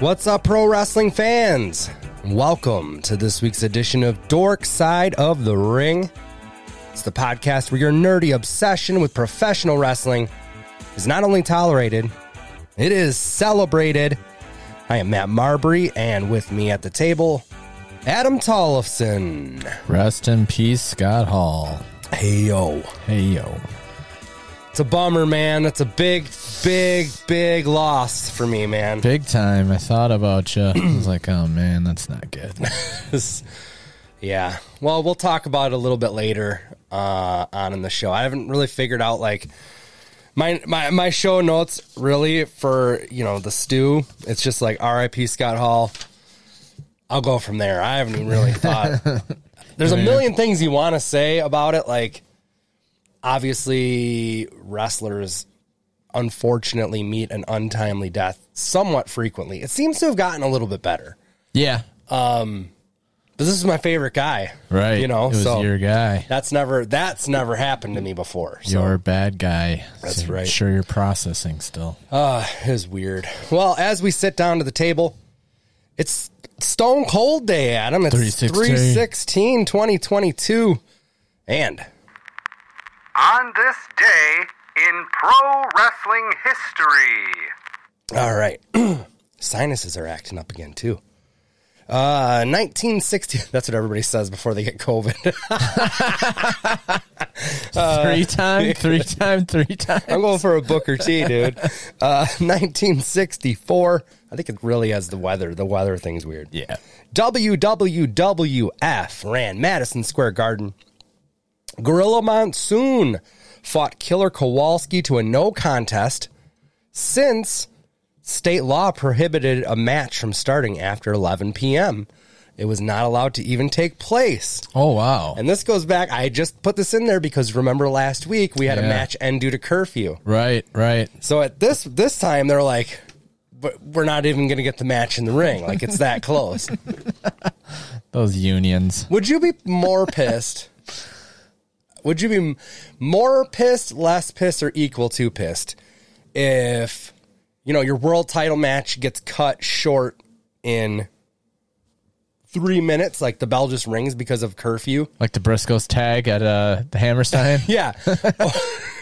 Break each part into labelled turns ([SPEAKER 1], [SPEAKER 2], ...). [SPEAKER 1] What's up, pro wrestling fans? Welcome to this week's edition of Dork Side of the Ring. It's the podcast where your nerdy obsession with professional wrestling is not only tolerated, it is celebrated. I am Matt Marbury, and with me at the table, Adam Tollefson.
[SPEAKER 2] Rest in peace, Scott Hall.
[SPEAKER 1] Hey, yo.
[SPEAKER 2] Hey yo.
[SPEAKER 1] It's a bummer, man. It's a big, big, big loss for me, man.
[SPEAKER 2] Big time. I thought about you. I was like, oh man, that's not good.
[SPEAKER 1] This- yeah. Well, we'll talk about it a little bit later uh, on in the show. I haven't really figured out like my my my show notes really for you know the stew. It's just like R.I.P. Scott Hall. I'll go from there. I haven't even really thought. There's a million things you want to say about it. Like, obviously, wrestlers unfortunately meet an untimely death somewhat frequently. It seems to have gotten a little bit better.
[SPEAKER 2] Yeah.
[SPEAKER 1] But this is my favorite guy,
[SPEAKER 2] Right.
[SPEAKER 1] You know,
[SPEAKER 2] it was
[SPEAKER 1] so
[SPEAKER 2] your guy.
[SPEAKER 1] That's never that's never happened to me before. So
[SPEAKER 2] Your bad guy.
[SPEAKER 1] That's
[SPEAKER 2] So
[SPEAKER 1] right.
[SPEAKER 2] Sure, you're processing still.
[SPEAKER 1] it was weird. Well, as we sit down to the table, it's Stone Cold Day, Adam. It's
[SPEAKER 2] 316.
[SPEAKER 1] 316 2022. And
[SPEAKER 3] On this day in pro wrestling history.
[SPEAKER 1] all right. Sinuses are acting up again too. Uh 1960 that's what everybody says before they get COVID. Uh,
[SPEAKER 2] three time, three time, three time.
[SPEAKER 1] I'm going for a Booker T, dude. Uh 1964. I think it really has the weather. The weather thing's weird.
[SPEAKER 2] Yeah.
[SPEAKER 1] WWWF ran Madison Square Garden. Gorilla Monsoon fought Killer Kowalski to a no contest since state law prohibited a match from starting after 11 p.m. It was not allowed to even take place.
[SPEAKER 2] Oh wow.
[SPEAKER 1] And this goes back, I just put this in there because remember last week we had a
[SPEAKER 2] Yeah.
[SPEAKER 1] match end due to curfew.
[SPEAKER 2] Right, right.
[SPEAKER 1] So at this this time they're like, but we're not even going to get the match in the ring. Like it's that close.
[SPEAKER 2] Those unions.
[SPEAKER 1] Would you be more pissed? Would you be m- more pissed, less pissed, or equal to pissed if you know your world title match gets cut short in three minutes, like the bell just rings because of curfew?
[SPEAKER 2] Like the Briscoe's tag at uh the Hammerstein.
[SPEAKER 1] Yeah,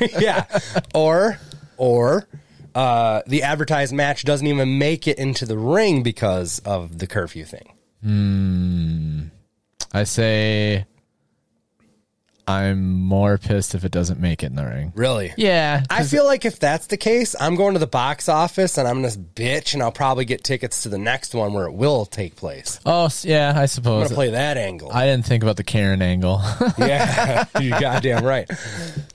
[SPEAKER 1] yeah, or or uh, the advertised match doesn't even make it into the ring because of the curfew thing.
[SPEAKER 2] I say I'm more pissed if it doesn't make it in the ring.
[SPEAKER 1] Really?
[SPEAKER 2] Yeah.
[SPEAKER 1] I feel like if that's the case, I'm going to the box office and I'm this bitch, and I'll probably get tickets to the next one where it will take place.
[SPEAKER 2] Oh s- yeah, I
[SPEAKER 1] I'm
[SPEAKER 2] suppose.
[SPEAKER 1] gonna play that angle.
[SPEAKER 2] I didn't think about the Karen angle.
[SPEAKER 1] yeah, you goddamn right.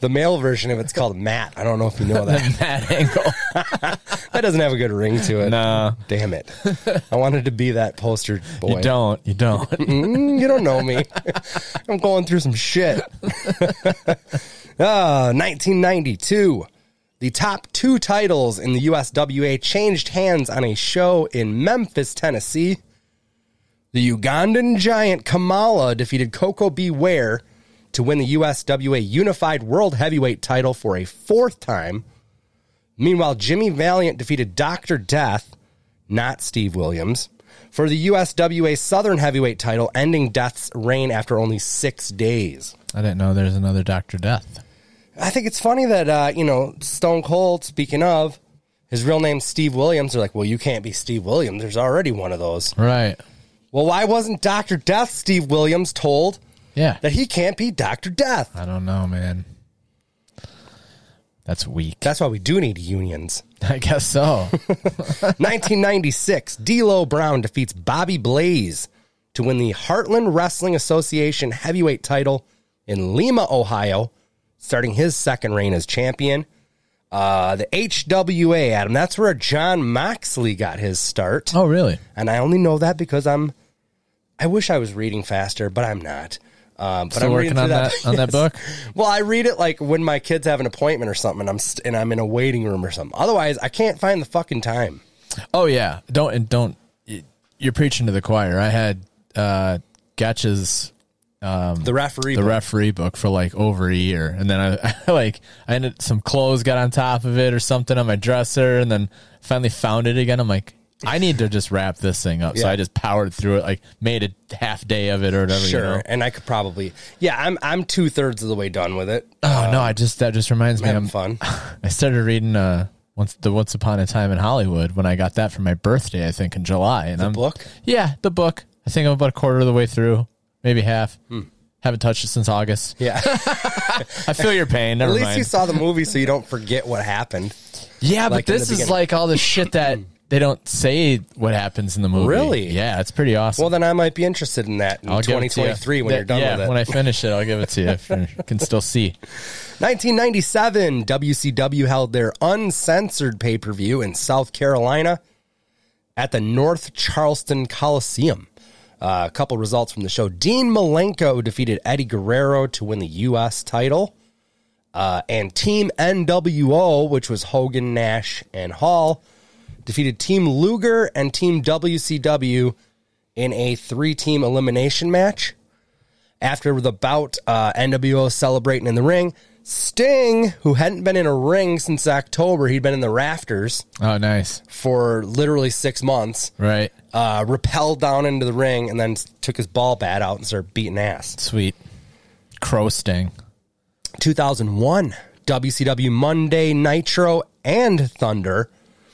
[SPEAKER 1] The male version of it's called Matt. I don't know if you know that.
[SPEAKER 2] that angle.
[SPEAKER 1] That doesn't have a good ring to it.
[SPEAKER 2] No.
[SPEAKER 1] Damn it. I wanted to be that poster boy.
[SPEAKER 2] You don't. You don't.
[SPEAKER 1] Mm, you don't know me. I'm going through some shit. uh, 1992. The top two titles in the USWA changed hands on a show in Memphis, Tennessee. The Ugandan giant Kamala defeated Coco Beware to win the USWA Unified World Heavyweight title for a fourth time. Meanwhile, Jimmy Valiant defeated Dr. Death, not Steve Williams, for the USWA Southern Heavyweight title, ending Death's reign after only six days.
[SPEAKER 2] I didn't know there's another Doctor Death.
[SPEAKER 1] I think it's funny that, uh, you know, Stone Cold, speaking of, his real name's Steve Williams. They're like, well, you can't be Steve Williams. There's already one of those.
[SPEAKER 2] Right.
[SPEAKER 1] Well, why wasn't Dr. Death Steve Williams told
[SPEAKER 2] Yeah.
[SPEAKER 1] that he can't be Dr. Death?
[SPEAKER 2] I don't know, man. That's weak.
[SPEAKER 1] That's why we do need unions.
[SPEAKER 2] I guess so.
[SPEAKER 1] 1996, D'Lo Brown defeats Bobby Blaze to win the Heartland Wrestling Association heavyweight title in Lima, Ohio, starting his second reign as champion. Uh, the HWA, Adam, that's where John Moxley got his start.
[SPEAKER 2] oh, really?
[SPEAKER 1] And I only know that because I'm, I wish I was reading faster, but I'm not. Um, but
[SPEAKER 2] Still
[SPEAKER 1] I'm reading
[SPEAKER 2] working on
[SPEAKER 1] through
[SPEAKER 2] that, on that
[SPEAKER 1] Yes.
[SPEAKER 2] book.
[SPEAKER 1] Well, I read it like when my kids have an appointment or something, and I'm st- and I'm in a waiting room or something. Otherwise, I can't find the fucking time.
[SPEAKER 2] Oh yeah, don't and don't. y- You're preaching to the choir. I had uh, Gatcha's
[SPEAKER 1] The referee.
[SPEAKER 2] the referee book for like over a year, and then I, I like I ended some clothes got on top of it or something on my dresser, and then finally found it again. I'm like, I need to just wrap this thing up. So
[SPEAKER 1] Yeah.
[SPEAKER 2] I just powered through it, like made a half day of it or whatever.
[SPEAKER 1] sure,
[SPEAKER 2] You know?
[SPEAKER 1] and I could probably. Yeah, I'm I'm two thirds of the way done with it.
[SPEAKER 2] Oh no, I just that just reminds me.
[SPEAKER 1] Having fun.
[SPEAKER 2] I'm, I started reading uh once the Once Upon a Time in Hollywood when I got that for my birthday, I think in July. And I'm
[SPEAKER 1] book?
[SPEAKER 2] Yeah, the book. I think I'm about a quarter of the way through, maybe half.
[SPEAKER 1] Hmm.
[SPEAKER 2] Haven't touched it since August.
[SPEAKER 1] Yeah, at
[SPEAKER 2] I feel your pain. Never
[SPEAKER 1] least
[SPEAKER 2] mind.
[SPEAKER 1] you saw the movie, so you don't forget what happened. like,
[SPEAKER 2] yeah,
[SPEAKER 1] in
[SPEAKER 2] but
[SPEAKER 1] the
[SPEAKER 2] this is
[SPEAKER 1] beginning.
[SPEAKER 2] like all the shit that they don't say what happens in the movie.
[SPEAKER 1] Really?
[SPEAKER 2] Yeah, it's pretty awesome.
[SPEAKER 1] Well, then I might be interested in that in
[SPEAKER 2] I'll give it to you.
[SPEAKER 1] 2023 when
[SPEAKER 2] That-
[SPEAKER 1] you're done
[SPEAKER 2] yeah,
[SPEAKER 1] with it.
[SPEAKER 2] when I finish it, I'll give it to you. If you can still see.
[SPEAKER 1] 1997, WCW held their uncensored pay per view in South Carolina at the North Charleston Coliseum. Uh, a couple results from the show Dean Malenko defeated Eddie Guerrero to win the U.S. title. Uh, and Team NWO, which was Hogan, Nash, and Hall, defeated Team Luger and Team WCW in a three team elimination match after the bout, uh, NWO celebrating in the ring. Sting, who hadn't been in a ring since October, he'd been in the rafters
[SPEAKER 2] Oh, nice.
[SPEAKER 1] for literally six months,
[SPEAKER 2] Right.
[SPEAKER 1] uh, rappelled down into the ring and then took his ball bat out and started beating ass.
[SPEAKER 2] Sweet. Crow sting.
[SPEAKER 1] 2001, WCW Monday, Nitro, and Thunder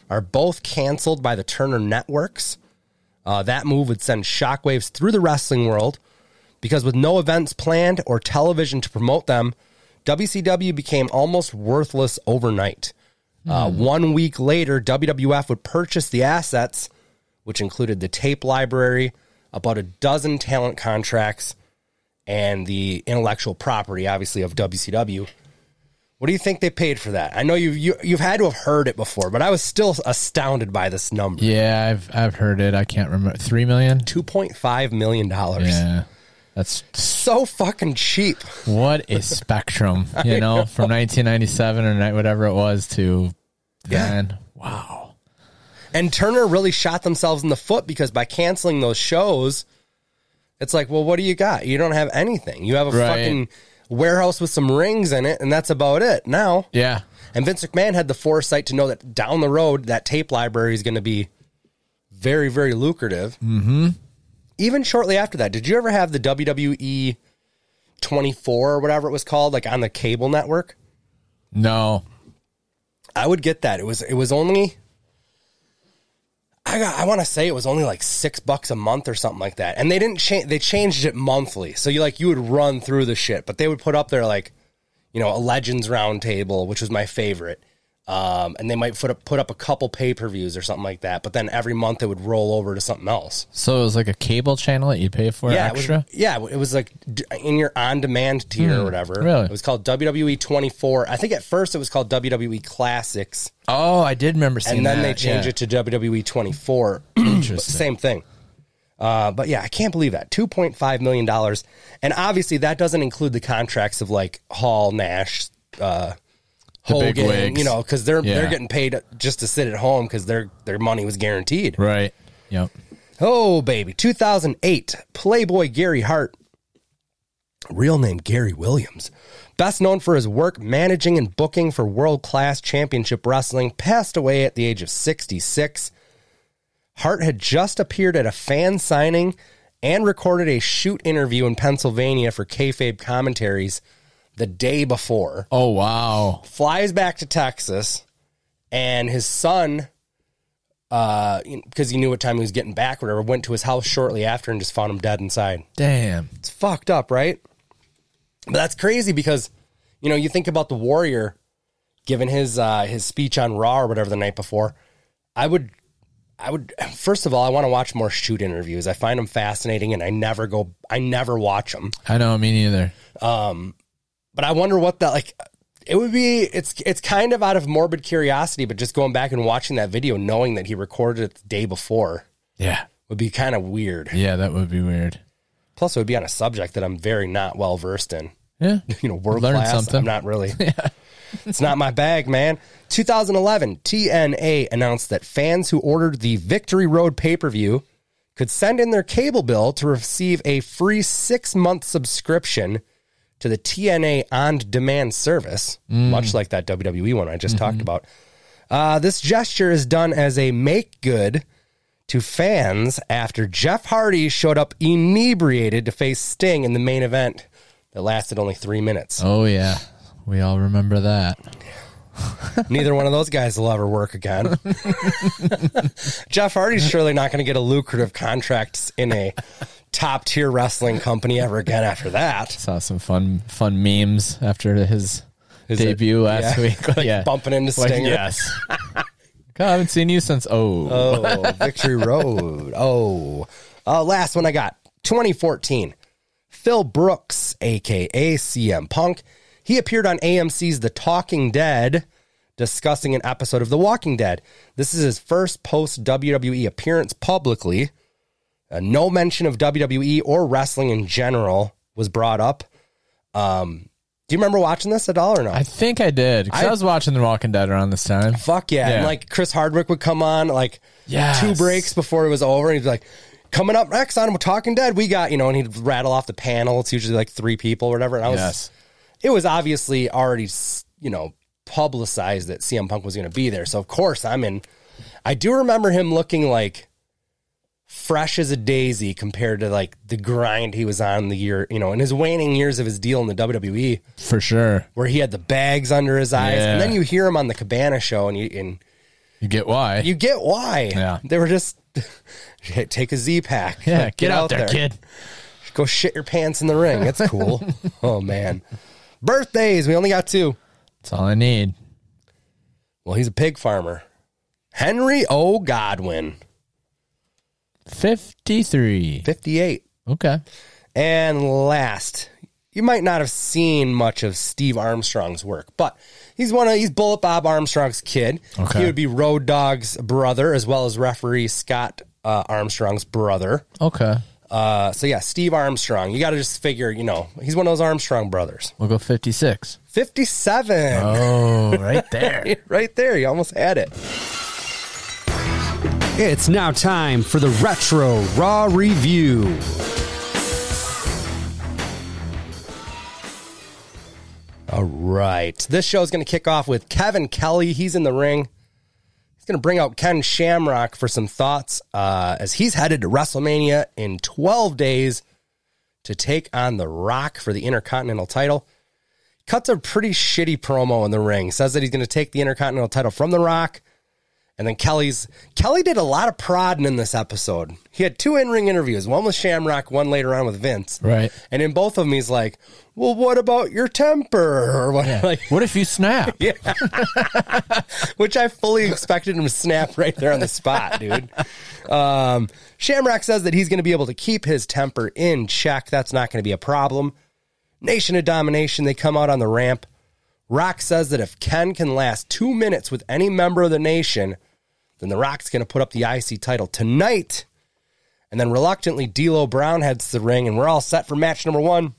[SPEAKER 1] are both canceled by the Turner Networks. Uh, that move would send shockwaves through the wrestling world because with no events planned or television to promote them, WCW became almost worthless overnight. Uh, one week later, WWF would purchase the assets, which included the tape library, about a dozen talent contracts, and the intellectual property, obviously, of WCW. What do you think they paid for that? I know you've, you, you've had to have heard it before, but I was still astounded by this number.
[SPEAKER 2] Yeah, I've I've heard it. I can't remember. Three million.
[SPEAKER 1] $2.5 million.
[SPEAKER 2] Yeah, that's
[SPEAKER 1] So fucking cheap.
[SPEAKER 2] what a spectrum, you know, from 1997 or ni- whatever it was to then. Wow.
[SPEAKER 1] And Turner really shot themselves in the foot because by canceling those shows, it's like, well, what do you got? You don't have anything. You have a
[SPEAKER 2] Right.
[SPEAKER 1] fucking warehouse with some rings in it, and that's about it now.
[SPEAKER 2] Yeah.
[SPEAKER 1] And Vince McMahon had the foresight to know that down the road, that tape library is going to be very, very lucrative. Mm-hmm. Even shortly after that, did you ever have the WWE 24 or whatever it was called, like on the cable network?
[SPEAKER 2] No.
[SPEAKER 1] I would get that. It was it was only I got I want to say it was only like 6 bucks a month or something like that. And they didn't change they changed it monthly. So you like you would run through the shit, but they would put up there like you know, a Legends Roundtable, which was my favorite. Um, and they might put up, put up a couple pay-per-views or something like that, but then every month it would roll over to something else.
[SPEAKER 2] So it was like a cable channel that you pay for
[SPEAKER 1] yeah, It
[SPEAKER 2] extra? Hmm,
[SPEAKER 1] was, yeah, it was like d- in your on-demand tier or whatever.
[SPEAKER 2] really?
[SPEAKER 1] It was called WWE 24. I think at first it was called WWE Classics
[SPEAKER 2] oh, I did remember seeing
[SPEAKER 1] and then they
[SPEAKER 2] that.
[SPEAKER 1] changed
[SPEAKER 2] yeah.
[SPEAKER 1] it to WWE 24.
[SPEAKER 2] Interesting.
[SPEAKER 1] Same thing. Uh, but yeah, I can't believe that two point five million dollars, and obviously that doesn't include the contracts of like Hall, Nash, uh,
[SPEAKER 2] The
[SPEAKER 1] Hogan.
[SPEAKER 2] big wigs.
[SPEAKER 1] You know, because they're they're
[SPEAKER 2] Yeah.
[SPEAKER 1] getting paid just to sit at home because their their money was guaranteed.
[SPEAKER 2] Right. Yep.
[SPEAKER 1] Oh baby, two thousand eight, Playboy Gary Hart, real name Gary Williams, best known for his work managing and booking for world class championship wrestling, passed away at the age of sixty six. Hart had just appeared at a fan signing and recorded a shoot interview in Pennsylvania for kayfabe commentaries the day before.
[SPEAKER 2] Oh, wow.
[SPEAKER 1] Flies back to Texas, and his son, uh, because he knew what time he was getting back, or whatever, went to his house shortly after and just found him dead inside.
[SPEAKER 2] Damn.
[SPEAKER 1] It's fucked up, right? But that's crazy because, you know, you think about the Warrior giving his uh, his speech on Raw or whatever the night before. I would, I would. First of all, I want to watch more shoot interviews. I find them fascinating, and I never go. I never watch them.
[SPEAKER 2] I know, me neither.
[SPEAKER 1] But I wonder what that like. It would be. It's it's kind of out of morbid curiosity, but just going back and watching that video, knowing that he recorded it the day before,
[SPEAKER 2] Yeah.
[SPEAKER 1] would be kind of weird.
[SPEAKER 2] Yeah, that would be weird.
[SPEAKER 1] Plus, it would be on a subject that I'm very not well versed in.
[SPEAKER 2] Yeah.
[SPEAKER 1] you know world
[SPEAKER 2] Learn
[SPEAKER 1] class.
[SPEAKER 2] something.
[SPEAKER 1] I'm not really. It's not my bag, man. 2011, TNA announced that fans who ordered the Victory Road pay per view could send in their cable bill to receive a free six month subscription to the TNA on demand service, much like that WWE one I just talked about. Uh, this gesture is done as a make good to fans after Jeff Hardy showed up inebriated to face Sting in the main event that lasted only three minutes.
[SPEAKER 2] Oh yeah, we all remember that.
[SPEAKER 1] Neither one of those guys will ever work again. Jeff Hardy's surely not going to get a lucrative contract in a top tier wrestling company ever again after that.
[SPEAKER 2] Saw some fun fun memes after his debut last
[SPEAKER 1] yeah,
[SPEAKER 2] week.
[SPEAKER 1] like
[SPEAKER 2] yeah,
[SPEAKER 1] bumping into Stinger.
[SPEAKER 2] yes. God, I haven't seen you since. Oh,
[SPEAKER 1] Oh, Victory Road. Oh. Uh, last one I got 2014. Phil Brooks, aka CM Punk. He appeared on AMC's The Talking Dead discussing an episode of The Walking Dead. This is his first post WWE appearance publicly. Uh, no mention of WWE or wrestling in general was brought up. Um, do you remember watching this at all or no?
[SPEAKER 2] I think I did. 'cause I,
[SPEAKER 1] I-
[SPEAKER 2] was watching The Walking Dead around this time.
[SPEAKER 1] Fuck yeah. And
[SPEAKER 2] Yeah.
[SPEAKER 1] like Chris Hardwick would come on like
[SPEAKER 2] Yes.
[SPEAKER 1] two breaks before it was over. And he'd be like, coming up next on Talking Dead, we got, you know, and he'd rattle off the panel. It's usually like three people or whatever. And I was,
[SPEAKER 2] Yes.
[SPEAKER 1] it was obviously already, s- you know, publicized that CM Punk was going to be there. So of course I'm in. I do remember him looking like fresh as a daisy compared to like the grind he was on the year, you know, in his waning years of his deal in the WWE
[SPEAKER 2] For sure.
[SPEAKER 1] where he had the bags under his eyes.
[SPEAKER 2] Yeah.
[SPEAKER 1] And then you hear him on the Cabana show and you, and,
[SPEAKER 2] You get why?
[SPEAKER 1] you get why.
[SPEAKER 2] Yeah.
[SPEAKER 1] They were just "Hey, take a Z pack.
[SPEAKER 2] yeah,
[SPEAKER 1] Like,
[SPEAKER 2] get, out, there, kid.
[SPEAKER 1] Go shit your pants in the ring. That's cool. oh man. Birthdays, we only got two.
[SPEAKER 2] That's all I need.
[SPEAKER 1] Well, he's a pig farmer. Henry O. Godwin,
[SPEAKER 2] Fifty-three.
[SPEAKER 1] 58.
[SPEAKER 2] Okay.
[SPEAKER 1] And last, you might not have seen much of Steve Armstrong's work, but he's one of he's Bullet Bob Armstrong's kid.
[SPEAKER 2] Okay.
[SPEAKER 1] He would be Road Dogg's brother, as well as referee Scott uh, Armstrong's brother.
[SPEAKER 2] Okay.
[SPEAKER 1] Uh, so yeah, Steve Armstrong. You got to just figure, you know, he's one of those Armstrong brothers.
[SPEAKER 2] We'll go fifty-six.
[SPEAKER 1] Fifty-seven,
[SPEAKER 4] Uh,
[SPEAKER 2] Oh, right there.
[SPEAKER 1] right there. You almost had it.
[SPEAKER 4] It's now time for the Retro Raw Review.
[SPEAKER 1] All right, this show is going to kick off with Kevin Kelly. He's in the ring. He's going to bring out Ken Shamrock for some thoughts uh, as he's headed to WrestleMania in twelve days to take on The Rock for the Intercontinental title. Cuts a pretty shitty promo in the ring. Says that he's going to take the Intercontinental title from The Rock. And then Kelly's Kelly did a lot of prodding in this episode. He had two in-ring interviews, one with Shamrock, one later on with Vince.
[SPEAKER 2] Right.
[SPEAKER 1] And in both of them, he's like, "Well, what about your temper?" Or what, like,
[SPEAKER 2] What if you snap?
[SPEAKER 1] which I fully expected him to snap right there on the spot, dude. Um, Shamrock says that he's going to be able to keep his temper in check. That's not going to be a problem. Nation of Domination, they come out on the ramp. Rock says that if Ken can last two minutes with any member of the nation, then The Rock's going to put up the IC title tonight. And then reluctantly, D'Lo Brown heads to the ring, and we're all set for match number one.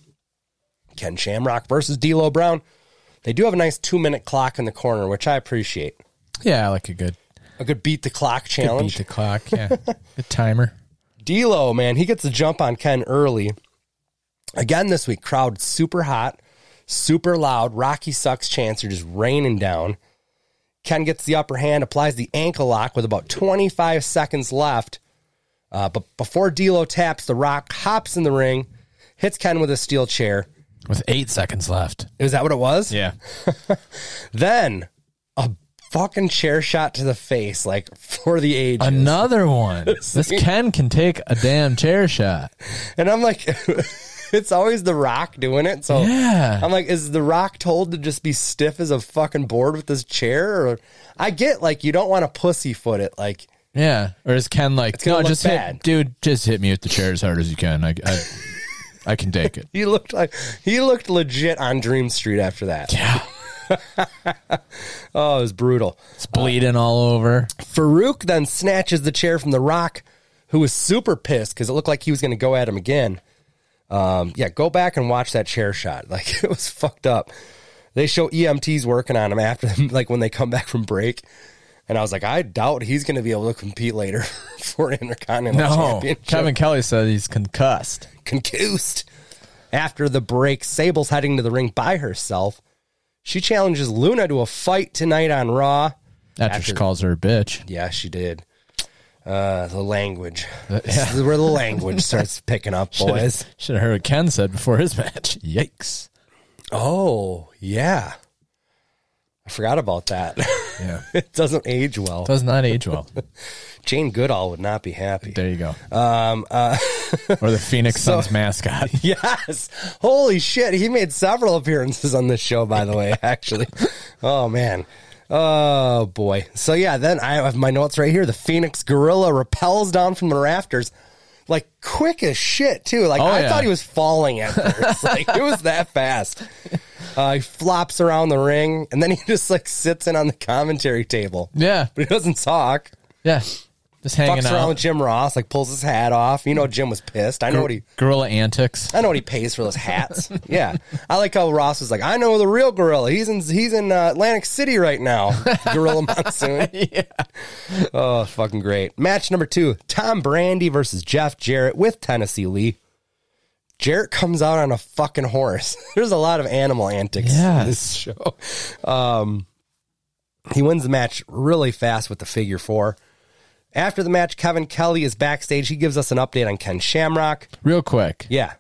[SPEAKER 1] Ken Shamrock versus D'Lo Brown. They do have a nice two-minute clock in the corner, which I appreciate.
[SPEAKER 2] Yeah, I like a good
[SPEAKER 1] A good beat the clock
[SPEAKER 2] beat
[SPEAKER 1] challenge.
[SPEAKER 2] the clock. Yeah, good timer.
[SPEAKER 1] D'Lo, man, he gets a jump on Ken early. Again this week, crowd super hot, super loud. Rocky sucks chants are just raining down. Ken gets the upper hand, applies the ankle lock with about 25 seconds left. Uh, but before D'Lo taps, The Rock hops in the ring, hits Ken with a steel chair.
[SPEAKER 2] With eight seconds left.
[SPEAKER 1] Is that what it was?
[SPEAKER 2] Yeah.
[SPEAKER 1] Then a fucking chair shot to the face, like for the age.
[SPEAKER 2] Another one. This Ken can take a damn chair shot.
[SPEAKER 1] And I'm like, it's always The Rock doing it. So
[SPEAKER 2] Yeah.
[SPEAKER 1] I'm like, is The Rock told to just be stiff as a fucking board with this chair? Or I get like you don't want to pussyfoot it. Like
[SPEAKER 2] Yeah. Or is Ken like,
[SPEAKER 1] gonna
[SPEAKER 2] no,
[SPEAKER 1] look
[SPEAKER 2] just
[SPEAKER 1] bad."
[SPEAKER 2] hit, dude, just hit me with the chair as hard as you can. I, I, I can take it.
[SPEAKER 1] he looked like he looked legit on Dream Street after that.
[SPEAKER 2] Yeah.
[SPEAKER 1] Oh, it was brutal.
[SPEAKER 2] It's bleeding all over.
[SPEAKER 1] Farouk then snatches the chair from The Rock, who was super pissed because it looked like he was going to go at him again. Um, yeah, go back and watch that chair shot. Like it was fucked up. They show EMTs working on him after them, like when they come back from break. And I was like, I doubt he's going to be able to compete later for an Intercontinental
[SPEAKER 2] No,
[SPEAKER 1] Championship.
[SPEAKER 2] Kevin Kelly said he's concussed.
[SPEAKER 1] Concussed. After the break, Sable's heading to the ring by herself. She challenges Luna to a fight tonight on Raw.
[SPEAKER 2] After, she calls her a bitch.
[SPEAKER 1] Yeah, she did. Uh, the language. This is where the language starts picking up, boys.
[SPEAKER 2] Should have heard what Ken said before his match. Yikes.
[SPEAKER 1] Oh, yeah. I forgot about that.
[SPEAKER 2] Yeah.
[SPEAKER 1] it doesn't age well.
[SPEAKER 2] Does not age well.
[SPEAKER 1] Jane Goodall would not be happy.
[SPEAKER 2] There you go. Um, uh, or the Phoenix Suns mascot.
[SPEAKER 1] Yes. Holy shit. He made several appearances on this show, by the way, actually. oh, man. Oh, boy. So, yeah, then I have my notes right here. The Phoenix Gorilla repels down from the rafters, like quick as shit, too. Like,
[SPEAKER 2] Oh,
[SPEAKER 1] I
[SPEAKER 2] yeah.
[SPEAKER 1] thought he was falling at first. like, it was that fast. Uh, he flops around the ring, and then he just, like, sits in on the commentary table.
[SPEAKER 2] Yeah.
[SPEAKER 1] But he doesn't talk.
[SPEAKER 2] Yeah. Just hanging
[SPEAKER 1] Fucks around with
[SPEAKER 2] out.
[SPEAKER 1] Jim Ross, like, pulls his hat off. You know, Jim was pissed. I know what he.
[SPEAKER 2] Gorilla antics.
[SPEAKER 1] I know what he pays for those hats. yeah, I like how Ross is like, I know the real gorilla. He's in he's in uh, Atlantic City right now. gorilla monsoon. Oh, fucking great. Match number two: Tom Brandy versus Jeff Jarrett with Tennessee Lee. Jarrett comes out on a fucking horse. There's a lot of animal antics in this
[SPEAKER 2] Yes.
[SPEAKER 1] show. Um, he wins the match really fast with the figure four. After the match, Kevin Kelly is backstage. He gives us an update on Ken Shamrock.
[SPEAKER 2] Real quick.
[SPEAKER 1] Yeah.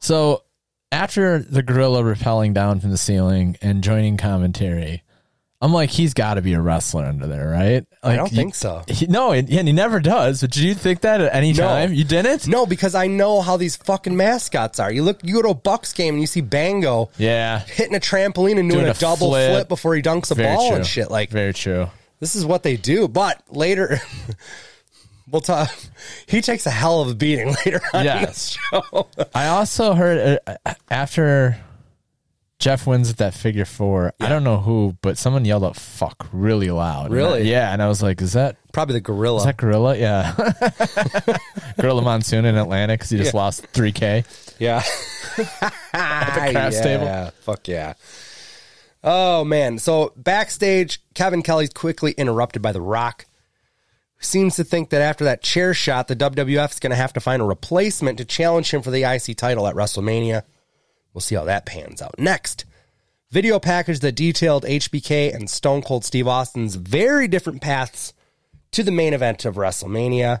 [SPEAKER 2] So after the gorilla rappelling down from the ceiling and joining commentary, I'm like, he's got to be a wrestler under there, right? Like,
[SPEAKER 1] I don't
[SPEAKER 2] you-
[SPEAKER 1] think so.
[SPEAKER 2] He, no, and, and he never does. But did you think that at any
[SPEAKER 1] No.
[SPEAKER 2] time? You didn't?
[SPEAKER 1] No, because I know how these fucking mascots are. You look, you go to a Bucks game and you see Bango
[SPEAKER 2] Yeah.
[SPEAKER 1] hitting a trampoline and doing,
[SPEAKER 2] Doing
[SPEAKER 1] a,
[SPEAKER 2] a
[SPEAKER 1] double flip.
[SPEAKER 2] flip.
[SPEAKER 1] before he dunks a
[SPEAKER 2] Very
[SPEAKER 1] ball
[SPEAKER 2] true.
[SPEAKER 1] and shit. Like
[SPEAKER 2] Very true.
[SPEAKER 1] this is what they do. But later, we'll talk. He takes a hell of a beating later on in
[SPEAKER 2] Yes.
[SPEAKER 1] this show.
[SPEAKER 2] I also heard uh, uh, after Jeff wins at that figure four, I don't know who, but someone yelled out "fuck" really loud. And I-
[SPEAKER 1] Really?
[SPEAKER 2] yeah, and I was like, "Is that
[SPEAKER 1] Probably the gorilla.
[SPEAKER 2] is that gorilla? Yeah, gorilla monsoon in Atlanta because he just
[SPEAKER 1] Yeah.
[SPEAKER 2] lost three k.
[SPEAKER 1] Yeah. the
[SPEAKER 2] craft
[SPEAKER 1] yeah.
[SPEAKER 2] table.
[SPEAKER 1] Fuck yeah. Oh man. So backstage, Kevin Kelly's quickly interrupted by The Rock. Seems to think that after that chair shot, the WWF is going to have to find a replacement to challenge him for the IC title at WrestleMania. We'll see how that pans out. Next, video package that detailed HBK and Stone Cold Steve Austin's very different paths to the main event of WrestleMania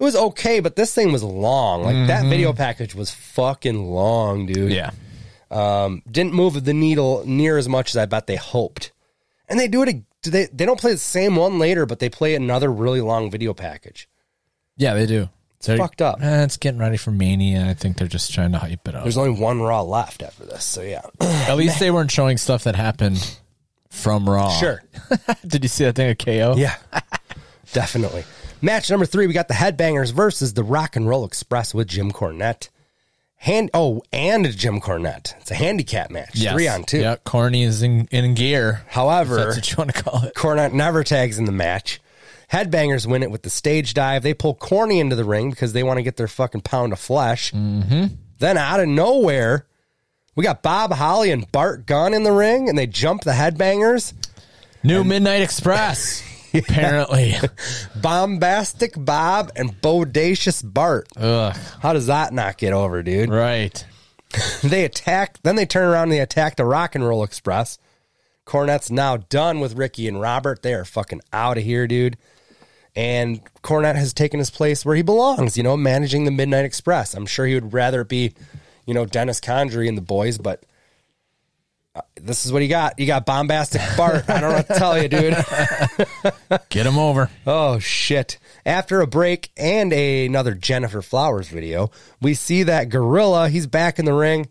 [SPEAKER 1] it was okay, but this thing was long. Like that video package was fucking long, dude.
[SPEAKER 2] Yeah,
[SPEAKER 1] Didn't move the needle near as much as I bet they hoped. And they do it. ag- They they don't play the same one later, but they play another really long video package.
[SPEAKER 2] yeah, they do. They're-
[SPEAKER 1] fucked up.
[SPEAKER 2] Eh, it's getting ready for Mania. I think they're just trying to hype it up.
[SPEAKER 1] There's only one Raw left after this, so yeah.
[SPEAKER 2] At least they weren't showing stuff that happened from Raw.
[SPEAKER 1] sure.
[SPEAKER 2] Did you see that thing of KO?
[SPEAKER 1] Yeah. Definitely. Match number three, we got the Headbangers versus the Rock and Roll Express with Jim Cornette. Hand oh, and Jim Cornette. It's a handicap match.
[SPEAKER 2] Yes.
[SPEAKER 1] Three on two.
[SPEAKER 2] Yeah, Corny is in, in gear.
[SPEAKER 1] However,
[SPEAKER 2] That's what you want to call it.
[SPEAKER 1] Cornette never tags in the match. Headbangers win it with the stage dive. They pull Corny into the ring because they want to get their fucking pound of flesh. Mm-hmm. Then out of nowhere, we got Bob Holly and Bart Gunn in the ring, and they jump the Headbangers.
[SPEAKER 2] New Midnight Express. Apparently.
[SPEAKER 1] Bombastic Bob and Bodacious Bart.
[SPEAKER 2] Ugh.
[SPEAKER 1] How does that not get over, dude?
[SPEAKER 2] Right.
[SPEAKER 1] They attack. Then they turn around and they attack the Rock and Roll Express. Cornette's now done with Ricky and Robert. They are fucking out of here, dude. And Cornette has taken his place where he belongs, you know, managing the Midnight Express. I'm sure he would rather it be, you know, Dennis Condrey and the boys, but uh, this is what he got. You got bombastic Bart. I don't know what to tell you, dude.
[SPEAKER 2] Get him over.
[SPEAKER 1] Oh shit. After a break and a- another Jennifer Flowers video, we see that gorilla, he's back in the ring.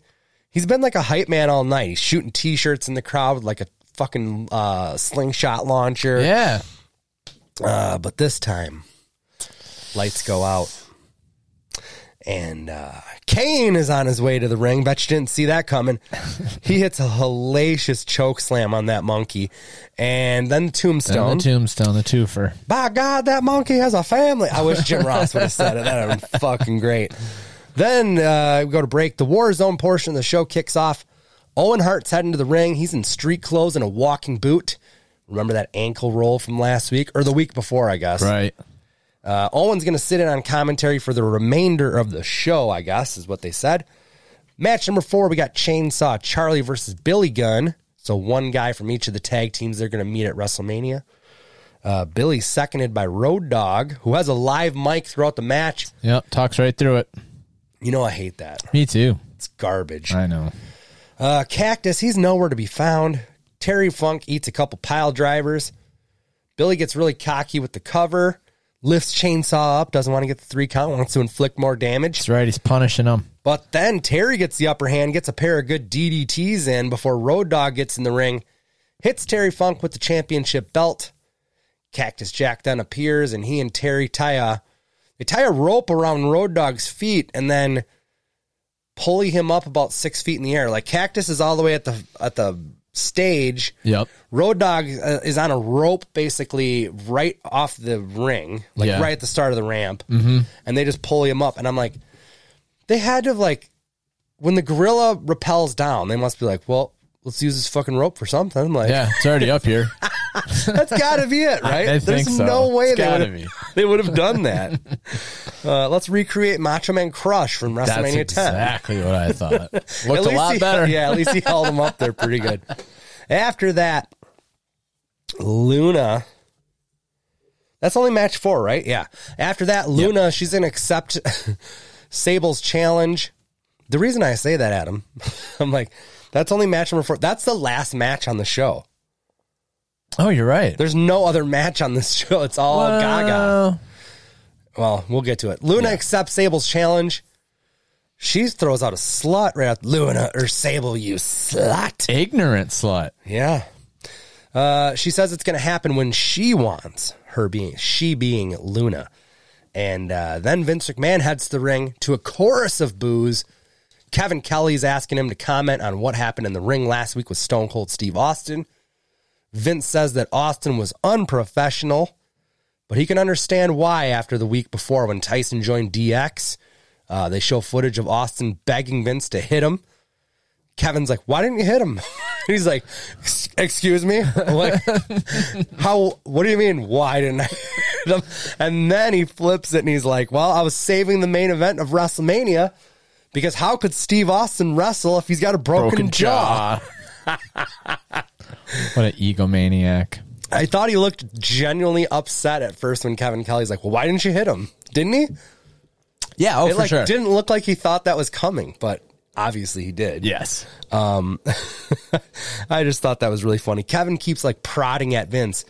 [SPEAKER 1] He's been like a hype man all night. He's shooting t-shirts in the crowd with like a fucking uh, slingshot launcher.
[SPEAKER 2] Yeah.
[SPEAKER 1] Uh, but this time lights go out. And uh, Kane is on his way to the ring. Bet you didn't see that coming. he hits a hellacious choke slam on that monkey, and then tombstone.
[SPEAKER 2] And the tombstone, the twofer.
[SPEAKER 1] By God, that monkey has a family. I wish Jim Ross would have said it. That would have been fucking great. Then uh, we go to break. The war zone portion of the show kicks off. Owen Hart's heading to the ring. He's in street clothes and a walking boot. Remember that ankle roll from last week or the week before, I guess.
[SPEAKER 2] Right.
[SPEAKER 1] Uh, Owen's going to sit in on commentary for the remainder of the show, I guess, is what they said. Match number four, we got Chainsaw Charlie versus Billy Gunn. So one guy from each of the tag teams they're going to meet at WrestleMania. Uh, Billy seconded by Road Dog, who has a live mic throughout the match.
[SPEAKER 2] Yep. Talks right through it.
[SPEAKER 1] You know I hate that.
[SPEAKER 2] Me too.
[SPEAKER 1] It's garbage.
[SPEAKER 2] I know.
[SPEAKER 1] Uh, Cactus, he's nowhere to be found. Terry Funk eats a couple pile drivers. Billy gets really cocky with the cover, lifts Chainsaw up, doesn't want to get the three count, wants to inflict more damage.
[SPEAKER 2] That's right. He's punishing them.
[SPEAKER 1] But then Terry gets the upper hand, gets a pair of good DDTs in before Road Dog gets in the ring, hits Terry Funk with the championship belt. Cactus Jack then appears, and he and Terry tie a they tie a rope around Road Dog's feet and then pulley him up about six feet in the air. Like Cactus is all the way at the at the stage.
[SPEAKER 2] Yep.
[SPEAKER 1] Road Dog uh, is on a rope basically right off the ring, like
[SPEAKER 2] Yeah.
[SPEAKER 1] right at the start of the ramp, mm-hmm. and they just pull him up. And I'm like, they had to have like, when the gorilla repels down, they must be like, well, let's use this fucking rope for something. I'm like,
[SPEAKER 2] Yeah. It's already up here.
[SPEAKER 1] that's got to be it, right?
[SPEAKER 2] I
[SPEAKER 1] There's
[SPEAKER 2] think so.
[SPEAKER 1] no way
[SPEAKER 2] It's
[SPEAKER 1] they
[SPEAKER 2] gotta
[SPEAKER 1] would
[SPEAKER 2] be.
[SPEAKER 1] have they would have done that. uh, let's recreate Macho Man Crush from
[SPEAKER 2] That's
[SPEAKER 1] WrestleMania 10.
[SPEAKER 2] exactly what I thought. Looked
[SPEAKER 1] At
[SPEAKER 2] a
[SPEAKER 1] least
[SPEAKER 2] lot
[SPEAKER 1] he-
[SPEAKER 2] better.
[SPEAKER 1] Yeah, at least he held them up there pretty good. After that, Luna. That's only match four, right? Yeah. After that, Luna, she's going to accept Sable's challenge. The reason I say that, Adam, I'm like, that's only match number four. That's the last match on the show.
[SPEAKER 2] Oh, you're right.
[SPEAKER 1] There's no other match on this show. It's all Gaga.
[SPEAKER 2] Well,
[SPEAKER 1] Well, we'll get to it. Luna accepts Sable's challenge. She throws out a slut right out. Luna or Sable, you slut.
[SPEAKER 2] Ignorant slut.
[SPEAKER 1] Yeah. Uh, she says it's going to happen when she wants her being, she being Luna. And uh, then Vince McMahon heads to the ring to a chorus of boos. Kevin Kelly's asking him to comment on what happened in the ring last week with Stone Cold Steve Austin. Vince says that Austin was unprofessional, but he can understand why after the week before when Tyson joined DX. Uh, they show footage of Austin begging Vince to hit him. Kevin's like, why didn't you hit him? He's like, "Ex- excuse me? I'm like, how, what do you mean, why didn't I hit him? And then he flips it and he's like, well, I was saving the main event of WrestleMania because how could Steve Austin wrestle if he's got a broken, jaw?
[SPEAKER 2] what an egomaniac.
[SPEAKER 1] I thought he looked genuinely upset at first when Kevin Kelly's like, well, why didn't you hit him? Didn't he?
[SPEAKER 2] Yeah, oh,
[SPEAKER 1] It like didn't look like he thought that was coming, but obviously he did.
[SPEAKER 2] yes.
[SPEAKER 1] I just thought that was really funny. Kevin keeps like prodding at Vince,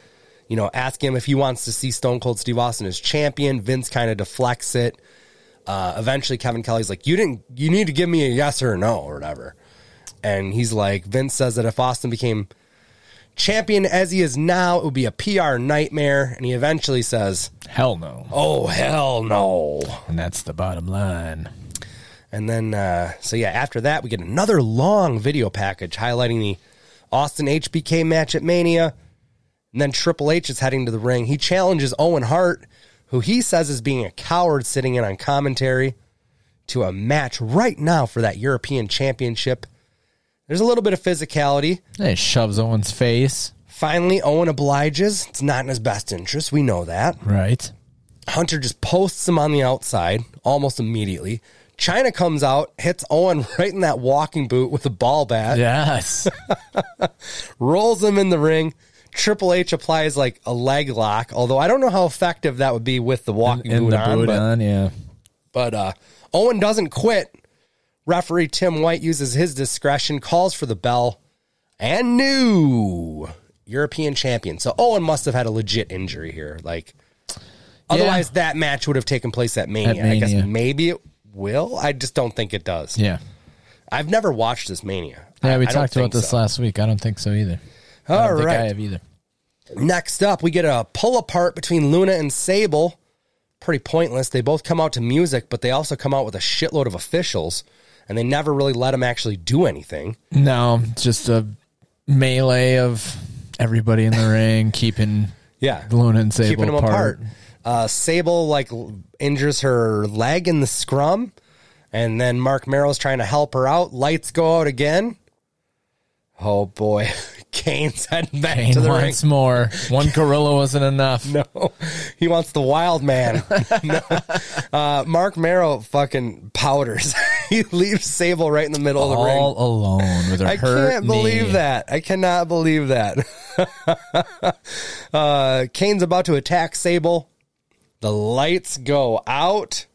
[SPEAKER 1] you know, asking him if he wants to see Stone Cold Steve Austin as champion. Vince kind of deflects it. Uh, eventually, Kevin Kelly's like, "You didn't. You need to give me a yes or a no or whatever." And he's like, Vince says that if Austin became champion as he is now, it would be a PR nightmare. And he eventually says,
[SPEAKER 2] Hell no.
[SPEAKER 1] "Oh hell no."
[SPEAKER 2] And that's the bottom line.
[SPEAKER 1] And then, uh, so yeah, after that, we get another long video package highlighting the Austin HBK match at Mania. And then Triple H is heading to the ring. He challenges Owen Hart, who he says is being a coward sitting in on commentary, to a match right now for that European Championship. There's a little bit of physicality.
[SPEAKER 2] It shoves Owen's face.
[SPEAKER 1] Finally, Owen obliges. It's not in his best interest. We know that.
[SPEAKER 2] Right.
[SPEAKER 1] Hunter just posts him on the outside almost immediately. China comes out, hits Owen right in that walking boot with a ball bat,
[SPEAKER 2] Yes.
[SPEAKER 1] rolls him in the ring. Triple H applies like a leg lock, although I don't know how effective that would be with the walking
[SPEAKER 2] In
[SPEAKER 1] boot,
[SPEAKER 2] the
[SPEAKER 1] on,
[SPEAKER 2] boot
[SPEAKER 1] but,
[SPEAKER 2] on, yeah.
[SPEAKER 1] but uh, Owen doesn't quit. Referee Tim White uses his discretion, calls for the bell, and new European champion. So Owen must have had a legit injury here. Like, otherwise, that match would have taken place at Mania. I guess
[SPEAKER 2] Mania.
[SPEAKER 1] maybe it will. I just don't think it does.
[SPEAKER 2] Yeah.
[SPEAKER 1] I've never watched this Mania. I-
[SPEAKER 2] Yeah,
[SPEAKER 1] I
[SPEAKER 2] we
[SPEAKER 1] don't
[SPEAKER 2] talked about
[SPEAKER 1] think
[SPEAKER 2] this
[SPEAKER 1] so.
[SPEAKER 2] last week. I don't think so either. I
[SPEAKER 1] All
[SPEAKER 2] don't think I
[SPEAKER 1] right.
[SPEAKER 2] have either.
[SPEAKER 1] Next up, we get a pull apart between Luna and Sable. Pretty pointless. They both come out to music, but they also come out with a shitload of officials, and they never really let them actually do anything.
[SPEAKER 2] No, it's just a melee of everybody in the ring keeping
[SPEAKER 1] Yeah,
[SPEAKER 2] Luna and Sable
[SPEAKER 1] keeping them apart.
[SPEAKER 2] apart.
[SPEAKER 1] Uh, Sable like l- injures her leg in the scrum, and then Mark Merrill's trying to help her out. Lights go out again. Oh boy, Kane's heading back
[SPEAKER 2] Kane
[SPEAKER 1] to the ring.
[SPEAKER 2] wants more. One gorilla wasn't enough.
[SPEAKER 1] No, he wants the wild man. no. uh, Mark Merrow fucking powders. he leaves Sable right in the middle of the ring.
[SPEAKER 2] All alone with her
[SPEAKER 1] I
[SPEAKER 2] hurt
[SPEAKER 1] can't believe
[SPEAKER 2] knee.
[SPEAKER 1] that. I cannot believe that. uh, Kane's about to attack Sable. The lights go out.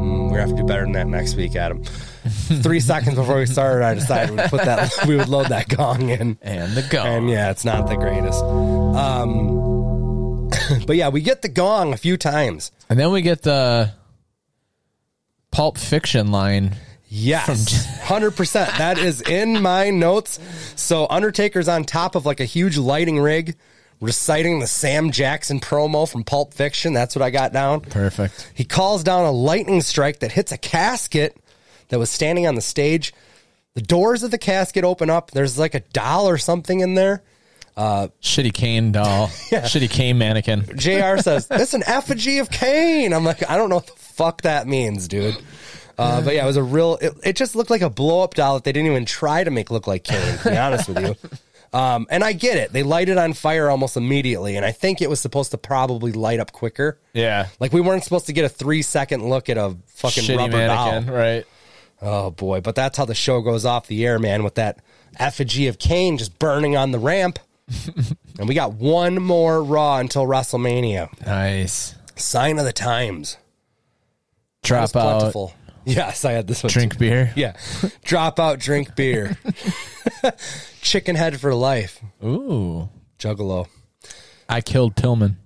[SPEAKER 1] Mm, We're gonna have to do better than that next week, Adam. Three seconds before we started, I decided we would put that we would load that gong in.
[SPEAKER 2] And the go.
[SPEAKER 1] And yeah, it's not the greatest. Um, but yeah, we get the gong a few times.
[SPEAKER 2] And then we get the Pulp Fiction line.
[SPEAKER 1] Yes, hundred percent. That is in my notes. So Undertaker's on top of like a huge lighting rig, reciting the Sam Jackson promo from Pulp Fiction. That's what I got down.
[SPEAKER 2] Perfect.
[SPEAKER 1] He calls down a lightning strike that hits a casket that was standing on the stage. The doors of the casket open up. There's like a doll or something in there.
[SPEAKER 2] Shitty Kane doll. Shitty Kane mannequin.
[SPEAKER 1] JR says, It's an effigy of Kane. I'm like, I don't know what the fuck that means, dude. Uh, but yeah, it was a real, it, it just looked like a blow up doll that they didn't even try to make look like Kane, to be honest with you. Um, and I get it. They light it on fire almost immediately. And I think it was supposed to probably light up quicker.
[SPEAKER 2] Yeah.
[SPEAKER 1] Like we weren't supposed to get a three second look at a fucking
[SPEAKER 2] Shitty
[SPEAKER 1] rubber
[SPEAKER 2] mannequin.
[SPEAKER 1] doll.
[SPEAKER 2] Right.
[SPEAKER 1] Oh boy. But that's how the show goes off the air, man, with that effigy of Kane just burning on the ramp. and we got one more Raw until WrestleMania.
[SPEAKER 2] Nice.
[SPEAKER 1] Sign of the times.
[SPEAKER 2] Drop out.
[SPEAKER 1] Plentiful. Yes, I had this one.
[SPEAKER 2] Drink
[SPEAKER 1] too.
[SPEAKER 2] beer.
[SPEAKER 1] Yeah. Drop out, drink beer. Chicken head for life.
[SPEAKER 2] Ooh.
[SPEAKER 1] Juggalo.
[SPEAKER 2] I killed Pillman.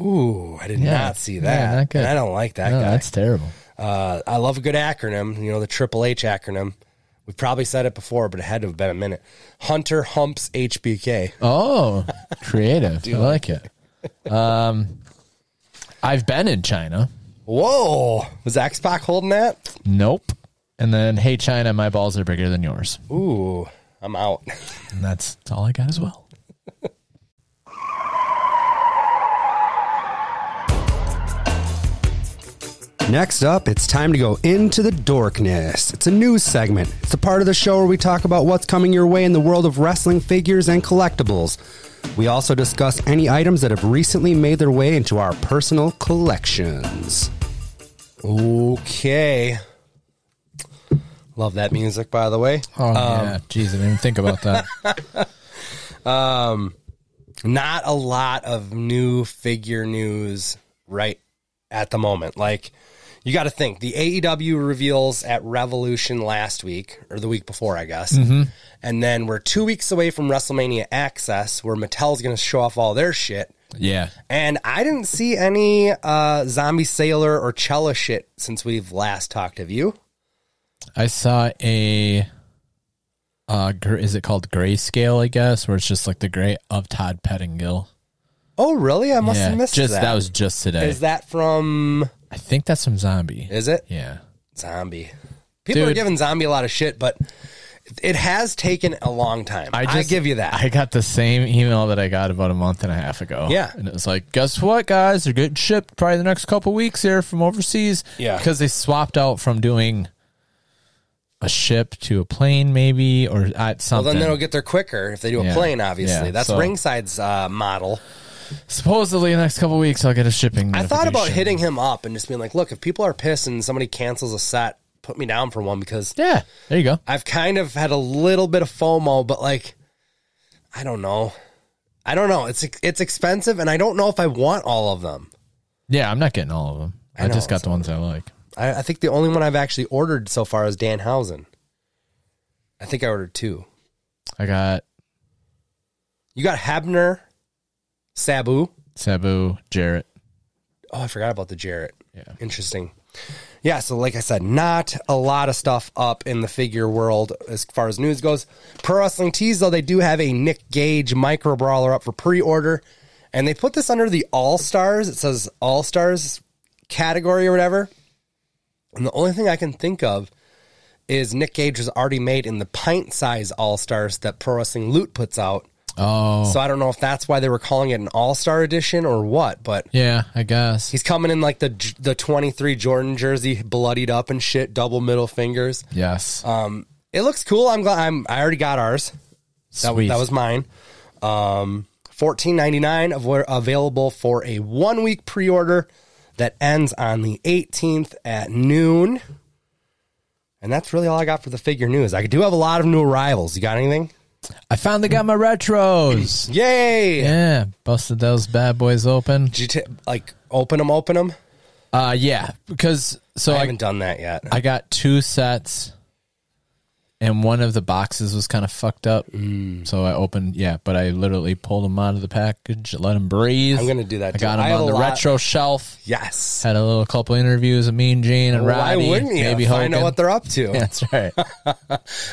[SPEAKER 1] Ooh, I did not see
[SPEAKER 2] Yeah,
[SPEAKER 1] that.
[SPEAKER 2] not good.
[SPEAKER 1] And I don't like that
[SPEAKER 2] No,
[SPEAKER 1] guy.
[SPEAKER 2] Oh, that's terrible.
[SPEAKER 1] Uh, I love a good acronym, you know, the Triple H acronym. We probably said it before, but it had to have been a minute. Hunter Humps HBK.
[SPEAKER 2] Oh, creative. I like it. Um, I've been in China.
[SPEAKER 1] Whoa. Was X Pac holding that?
[SPEAKER 2] Nope. And then, hey, China, my balls are bigger than yours.
[SPEAKER 1] Ooh, I'm out.
[SPEAKER 2] And that's all I got as well.
[SPEAKER 4] Next up, it's time to go into the dorkness. It's a news segment. It's a part of the show where we talk about what's coming your way in the world of wrestling figures and collectibles. We also discuss any items that have recently made their way into our personal collections.
[SPEAKER 1] Okay. Love that music, by the way.
[SPEAKER 2] Oh, yeah. Jeez, I didn't even think about that.
[SPEAKER 1] not a lot of new figure news right at the moment. Like you got to think the AEW reveals at Revolution last week or the week before, I guess.
[SPEAKER 2] Mm-hmm.
[SPEAKER 1] And then we're two weeks away from WrestleMania Access, where Mattel's going to show off all their shit.
[SPEAKER 2] yeah.
[SPEAKER 1] And I didn't see any uh, zombie sailor or Cella shit since we've last talked. Have you?
[SPEAKER 2] I saw a. Uh, gr- is it called grayscale? I guess where it's just like the gray of Todd Pettingill.
[SPEAKER 1] Oh, really? I must
[SPEAKER 2] yeah,
[SPEAKER 1] have missed
[SPEAKER 2] just
[SPEAKER 1] that.
[SPEAKER 2] that. was just today.
[SPEAKER 1] Is that from?
[SPEAKER 2] I think that's some zombie.
[SPEAKER 1] Is it?
[SPEAKER 2] Yeah,
[SPEAKER 1] Zombie. People are
[SPEAKER 2] Dude.
[SPEAKER 1] giving Zombie a lot of shit, but it has taken a long time. I,
[SPEAKER 2] just-
[SPEAKER 1] give you that.
[SPEAKER 2] I got the same email that I got about a month and a half ago.
[SPEAKER 1] Yeah.
[SPEAKER 2] and it was like, guess what, guys? They're getting shipped probably the next couple weeks here from overseas.
[SPEAKER 1] Yeah.
[SPEAKER 2] because they swapped out from doing a ship to a plane, maybe or at
[SPEAKER 1] well,
[SPEAKER 2] something.
[SPEAKER 1] then they'll get there quicker if they do a
[SPEAKER 2] Yeah.
[SPEAKER 1] plane, obviously.
[SPEAKER 2] Yeah,
[SPEAKER 1] That's
[SPEAKER 2] so-
[SPEAKER 1] Ringside's uh, model.
[SPEAKER 2] Supposedly, the next couple weeks, I'll get a shipping.
[SPEAKER 1] I thought about
[SPEAKER 2] notification.
[SPEAKER 1] hitting him up and just being like, look, if people are pissed and somebody cancels a set, put me down for one because
[SPEAKER 2] Yeah, there you go.
[SPEAKER 1] I've kind of had a little bit of FOMO, but like, I don't know. I don't know. It's it's expensive, and I don't know if I want all of them.
[SPEAKER 2] Yeah, I'm not getting all of them. I,
[SPEAKER 1] know,
[SPEAKER 2] just got the ones I like.
[SPEAKER 1] I, I think the only one I've actually ordered so far is Dan Housen. I think I ordered two.
[SPEAKER 2] I got
[SPEAKER 1] You got Habner, Sabu.
[SPEAKER 2] Sabu, Jarrett.
[SPEAKER 1] Oh, I forgot about the Jarrett.
[SPEAKER 2] Yeah.
[SPEAKER 1] Interesting. Yeah, so like I said, not a lot of stuff up in the figure world as far as news goes. Pro Wrestling Tees, though, they do have a Nick Gage micro brawler up for pre order. And they put this under the All Stars. It says All Stars category or whatever. And the only thing I can think of is Nick Gage was already made in the pint size All Stars that Pro Wrestling Loot puts out
[SPEAKER 2] Oh,
[SPEAKER 1] So I don't know if that's why they were calling it an All Star edition or what, but
[SPEAKER 2] yeah, I guess.
[SPEAKER 1] he's coming in like the J- the 23 Jordan jersey, bloodied up and shit, double middle fingers.
[SPEAKER 2] Yes.
[SPEAKER 1] Um, it looks cool. I'm glad I'm, I already got ours. That, was
[SPEAKER 2] Sweet.
[SPEAKER 1] that was mine. Um, fourteen ninety nine of where available for a one week pre order that ends on the eighteenth at noon. And that's really all I got for the figure news. I do have a lot of new arrivals. You got anything?
[SPEAKER 2] I finally got my retros.
[SPEAKER 1] Yay!
[SPEAKER 2] yeah, busted those bad boys open.
[SPEAKER 1] Did you t- like open them? Open them?
[SPEAKER 2] Uh, yeah, because so
[SPEAKER 1] I
[SPEAKER 2] I,
[SPEAKER 1] haven't done that yet.
[SPEAKER 2] I got two sets, and one of the boxes was kind of fucked up.
[SPEAKER 1] Mm.
[SPEAKER 2] So I opened, yeah, but I literally pulled them out of the package, let them breathe.
[SPEAKER 1] I'm gonna do that
[SPEAKER 2] I
[SPEAKER 1] too.
[SPEAKER 2] got
[SPEAKER 1] I
[SPEAKER 2] them
[SPEAKER 1] have
[SPEAKER 2] on
[SPEAKER 1] a
[SPEAKER 2] the
[SPEAKER 1] lot-
[SPEAKER 2] retro shelf.
[SPEAKER 1] yes.
[SPEAKER 2] Had a little couple interviews with Mean Gene and
[SPEAKER 1] Why
[SPEAKER 2] Roddy.
[SPEAKER 1] wouldn't you?
[SPEAKER 2] Maybe
[SPEAKER 1] Find out
[SPEAKER 2] Hogan.
[SPEAKER 1] what they're up to.
[SPEAKER 2] That's right.